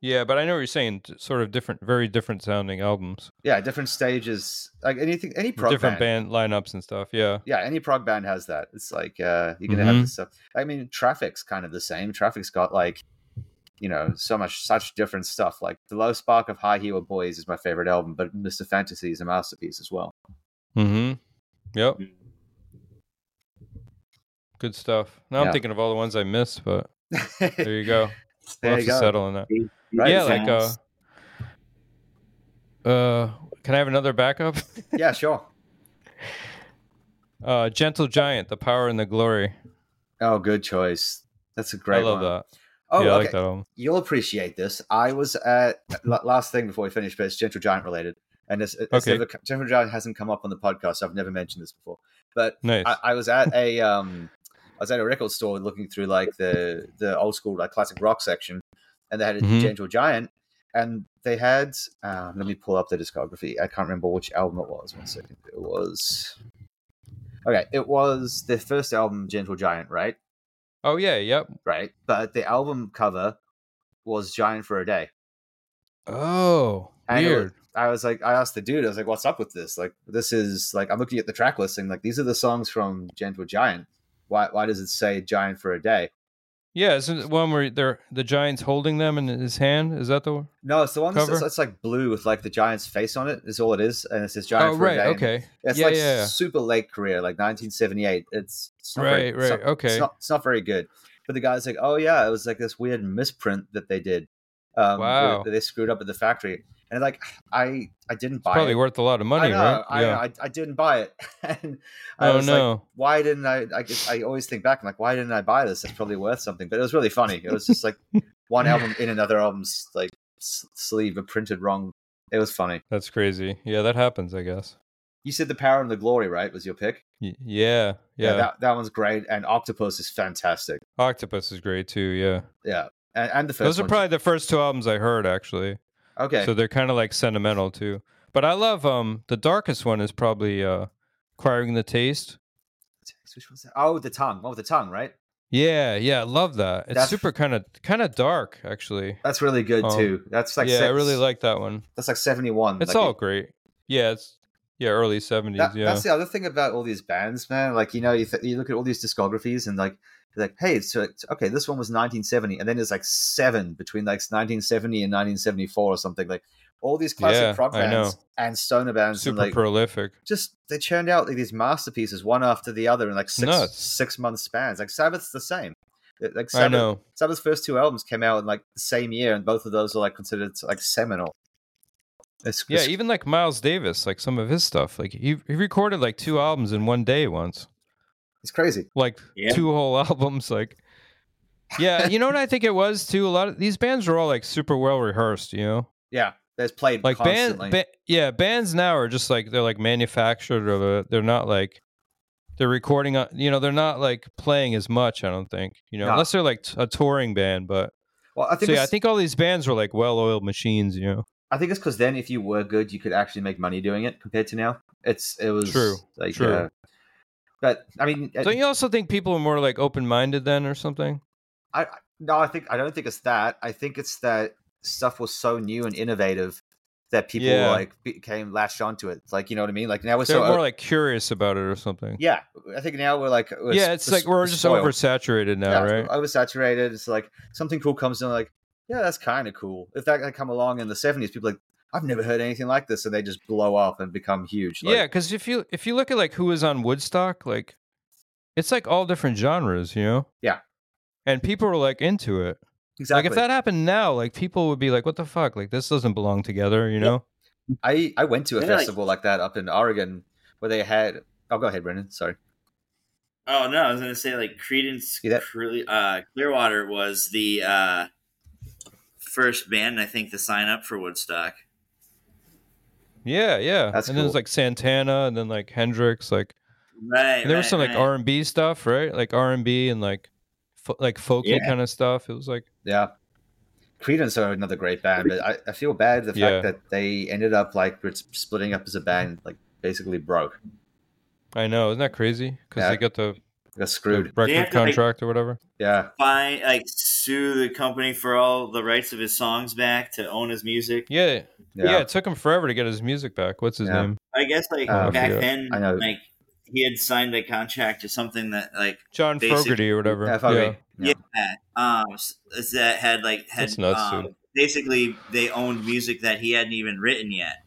Yeah, but I know what you're saying. t- Sort of different, very different sounding albums, Yeah, different stages, like anything, any with prog different band. band. lineups and stuff. Yeah. Yeah, any prog band has that. It's like uh, you're gonna have Mhm. this stuff. I mean, Traffic's kind of the same. Traffic's got like, you know, so much, such different stuff. Like the Low Spark of High Heel Boys is my favorite album, but Mr. Fantasy is a masterpiece as well. Mm-hmm. Yep. Good stuff. Now Mm. Yeah. I'm thinking of all the ones I missed, but there there you go. We'll you have to go. settle on that. Right? yeah, Exactly. like uh, uh, can I have another backup? yeah, sure. Uh, Gentle Giant, The Power and the Glory. Oh, good choice. That's a great. I love one. that. Oh, yeah, I okay. like that album. you'll appreciate this. I was at la- last thing before we finish, but it's Gentle Giant related, and it's, it's Okay. never, co- Gentle Giant hasn't come up on the podcast, so I've never mentioned this before. But Nice. I, I was at a um, I was at a record store looking through like the the old school like classic rock section, and they had a Mhm. Gentle Giant, and they had um, let me pull up the discography. I can't remember which album it was. One second, it was. Okay, it was their first album, Gentle Giant, right? oh yeah, yep. Right. But the album cover was Giant for a Day. Oh, And it was- weird. I was like, I asked the dude, I was like, what's up with this? Like, this is like, I'm looking at the track listing, like, these are the songs from Gentle Giant. Why, why does it say Giant for a Day? Yeah, isn't it one where they're the giant's holding them in his hand? Is that the one? No, it's the one that's, Cover? that's like blue with like the giant's face on it, is all it is. And it says Giant oh for right, a Day. and okay. It's yeah, like yeah, yeah. super late career, like 1978. It's, it's not very- Right, it's right, not- okay. It's not, it's not very good. But the guy's like, oh yeah, it was like this weird misprint that they did. Um, where Wow. They screwed up at the factory, and like I, I didn't buy Probably it. worth a lot of money, I know, right? I, yeah. know, I, I didn't buy it. and I oh was no. like, why didn't I? I, just- I always think back, I'm like, why didn't I buy this? It's probably worth something. But it was really funny. It was just like one album in another album's like s- sleeve, but printed wrong. It was funny. That's crazy. Yeah, that happens, I guess. You said the power and the glory, right? Was your pick? Y- yeah, yeah. that, that one's great, and Octopus is fantastic. Octopus is great too. Yeah, Yeah, and, and the first those are one. probably the first two albums I heard actually. okay. So they're kind of like sentimental too. But I love um the darkest one is probably uh acquiring the taste. Which one's that? Oh, the tongue. Oh, the tongue, right? Yeah, yeah, I love that. It's That's- super kind of kind of dark actually. That's really good Oh. too. That's like yeah, I six- really like that one. That's um, like seventy one. It's all great. Yeah, it's yeah, early seventies. That, yeah, That's the other thing about all these bands, man. Like you know, you, th- you look at all these discographies and like, they're like, hey, it's, uh, it's- okay, this one was 1970, and then there's like seven between like 1970 and 1974 or something. Like all these classic Yeah, rock I bands and stoner bands, super and like prolific. just they churned out like these masterpieces one after the other in like six Nuts. six month spans. Like Sabbath's the same. Like I Sabbath, know. Sabbath's first two albums came out in like the same year, and both of those are like considered like seminal. It's, Yeah, it's- even like Miles Davis, like some of his stuff, like he he recorded like two albums in one day once, it's crazy. like Yeah. two whole albums. Like, yeah, you know what I think it was too. A lot of these bands were all like super well rehearsed, you know. Yeah, there's played Like bands, constantly. ba- yeah, bands now are just like they're like manufactured, or they're- they're not like they're recording. on- You know, they're not like playing as much. I don't think you know, No. unless they're like t- a touring band. But well, I think so yeah, I it's- think all these bands were like well-oiled machines, you know. I think it's because then if you were good, you could actually make money doing it compared to now. It's it was True, like, true. uh, but I mean, uh, Don't you also think people are more like open-minded then, or something? I I- no, I think I don't think it's that. I think it's that stuff was so new and innovative that people Yeah. like became latched onto it. Like you know what I mean? Like now we're They're so uh, more like curious about it or something. yeah. I think now we're like we're yeah, s- it's like we're just spoiled. oversaturated now, Yeah, right? Oversaturated. It's like something cool comes in, like yeah, that's kind of cool. If that had come along in the seventies, people like I've never heard anything like this, and they just blow up and become huge. Like, yeah, because if you if you look at like who was on Woodstock, like it's like all different genres, you know? Yeah. And people were like into it. exactly. Like if that happened now, like people would be like, "What the fuck? Like this doesn't belong together," you know? I I went to a Yeah, like- festival like that up in Oregon where they had. Oh, go ahead, Brendan. Sorry. Oh no, I was gonna say like Credence Yeah. Clear, uh, Clearwater was the uh, first band I think to sign up for Woodstock. Yeah, yeah. That's and then there's cool. like Santana, and then like Hendrix, like Right. and there right, was some like right. R and B stuff, right? Like R and B and like fo- like folky Yeah. kind of stuff. It was like Yeah. Credence are another great band, but I, I feel bad the fact Yeah. that they ended up like with- splitting up as a band, like basically broke. I know, isn't that crazy? Because Yeah. they got the, They Got the screwed. record have to, like- contract or whatever. Yeah. Buy like sue the company for all the rights of his songs back to own his music. Yeah, Yeah. Yeah, it took him forever to get his music back. What's his Yeah. name? I guess like Uh, back yeah, then, I know. like he had signed a contract or something that like John Basic- Fogerty or whatever. FOB. Yeah. Yeah. yeah, um s- that had like had That's nuts, um, dude. basically they owned music that he hadn't even written yet.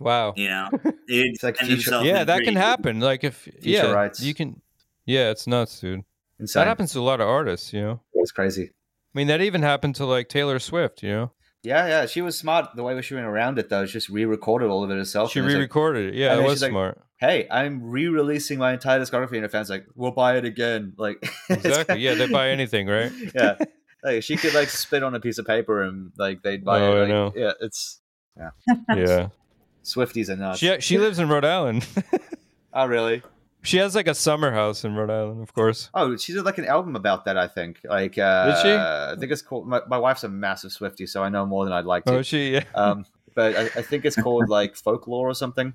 Wow. You know, They'd It's like find future- themselves Yeah, in that pretty- can happen. Like if yeah, rights. you can. Yeah, it's nuts, dude. Insane. That happens to a lot of artists, you know. It's crazy. I mean, that even happened to like Taylor Swift, you know. Yeah, yeah. She was smart the way she went around it, though. She just re recorded all of it herself. She and it's like, re-recorded it. Yeah, and it then was she's like- smart. hey, I'm re releasing my entire discography. And her fans like, we'll buy it again. Like, it's- Exactly. yeah, they buy anything, right? yeah. Like she could like spit on a piece of paper and like they'd buy Oh, it. I Like, know. Yeah, it's Yeah. Swifties are nuts. She she lives in Rhode Island. Oh really? she has like a summer house in Rhode Island, of course. Oh, she did like an album about that. I think. Like, uh, Did she? I think it's called. My, my wife's a massive Swiftie, so I know more than I'd like to. Oh, she. Yeah. um, but I, I think it's called like folklore or something.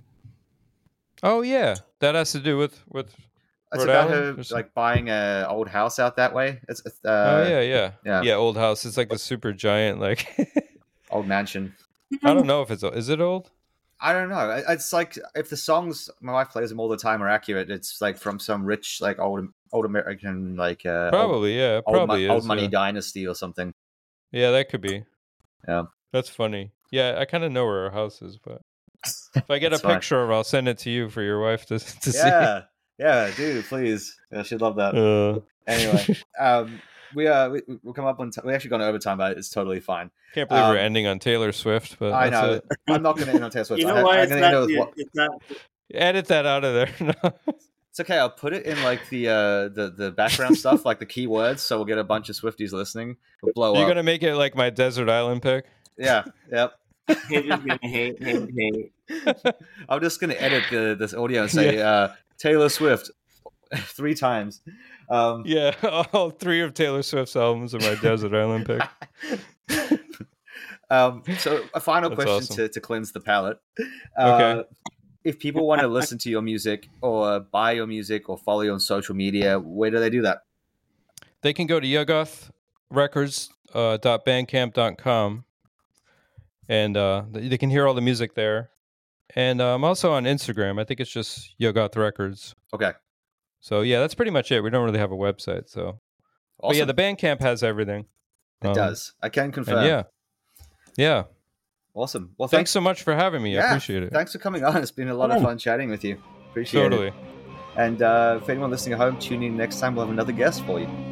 Oh, yeah. That has to do with with. It's Rhode about Island her or something? like buying a old house out that way. It's, it's uh, oh yeah, yeah, yeah. yeah. Old house. It's like the super giant. Like old mansion. I don't know if it's old. Is it old? I don't know. I- It's like if the songs my wife plays them all the time are accurate. It's like from some rich like old old American like uh, old- Probably, yeah. it old, mo- Probably is. old money yeah. dynasty or something. yeah, that could be. Yeah. That's funny. Yeah, I kind of know where our house is, but if I get a That's fine. picture of it, I'll send it to you for your wife to, to Yeah, yeah, dude, please. Yeah, she'd love see. that. Uh, Anyway, um, we uh, we, we'll come up on. T- we actually gone over time, but it's totally fine. can't believe we're Um, ending on Taylor Swift, but I that's know. it. I'm not going to end on Taylor Swift. You I, know why I'm it's going to end not, with what, it's not Edit that out of there. No. It's okay. I'll put it in like the uh, the the background stuff, like the keywords, so we'll get a bunch of Swifties listening. We'll blow You're up. gonna make it like my desert island pick. Yeah. Yep. Hate is gonna hate, hate, hate. I'm just gonna edit the, this audio and say uh, Taylor Swift three times. Um, Yeah, all three of Taylor Swift's albums are my desert island pick. um, so a final That's question awesome. to, to cleanse the palate. Uh, If people want to listen to your music or buy your music or follow you on social media, where do they do that? They can go to Yugoth Records uh, dot bandcamp.com and uh, they they can hear all the music there. And uh, I'm also on Instagram. I think it's just Yugoth Records. Okay. So yeah, that's pretty much it. We don't really have a website. So, but Awesome. yeah, the Bandcamp has everything. it Um, does. I can And confirm. yeah, yeah. Awesome. Well, Thanks thanks. so much for having me. I Yeah, appreciate it. Thanks for coming on. It's been a lot of fun chatting with you. Appreciate it. Totally. And uh, if anyone listening at home, tune in next time. We'll have another guest for you.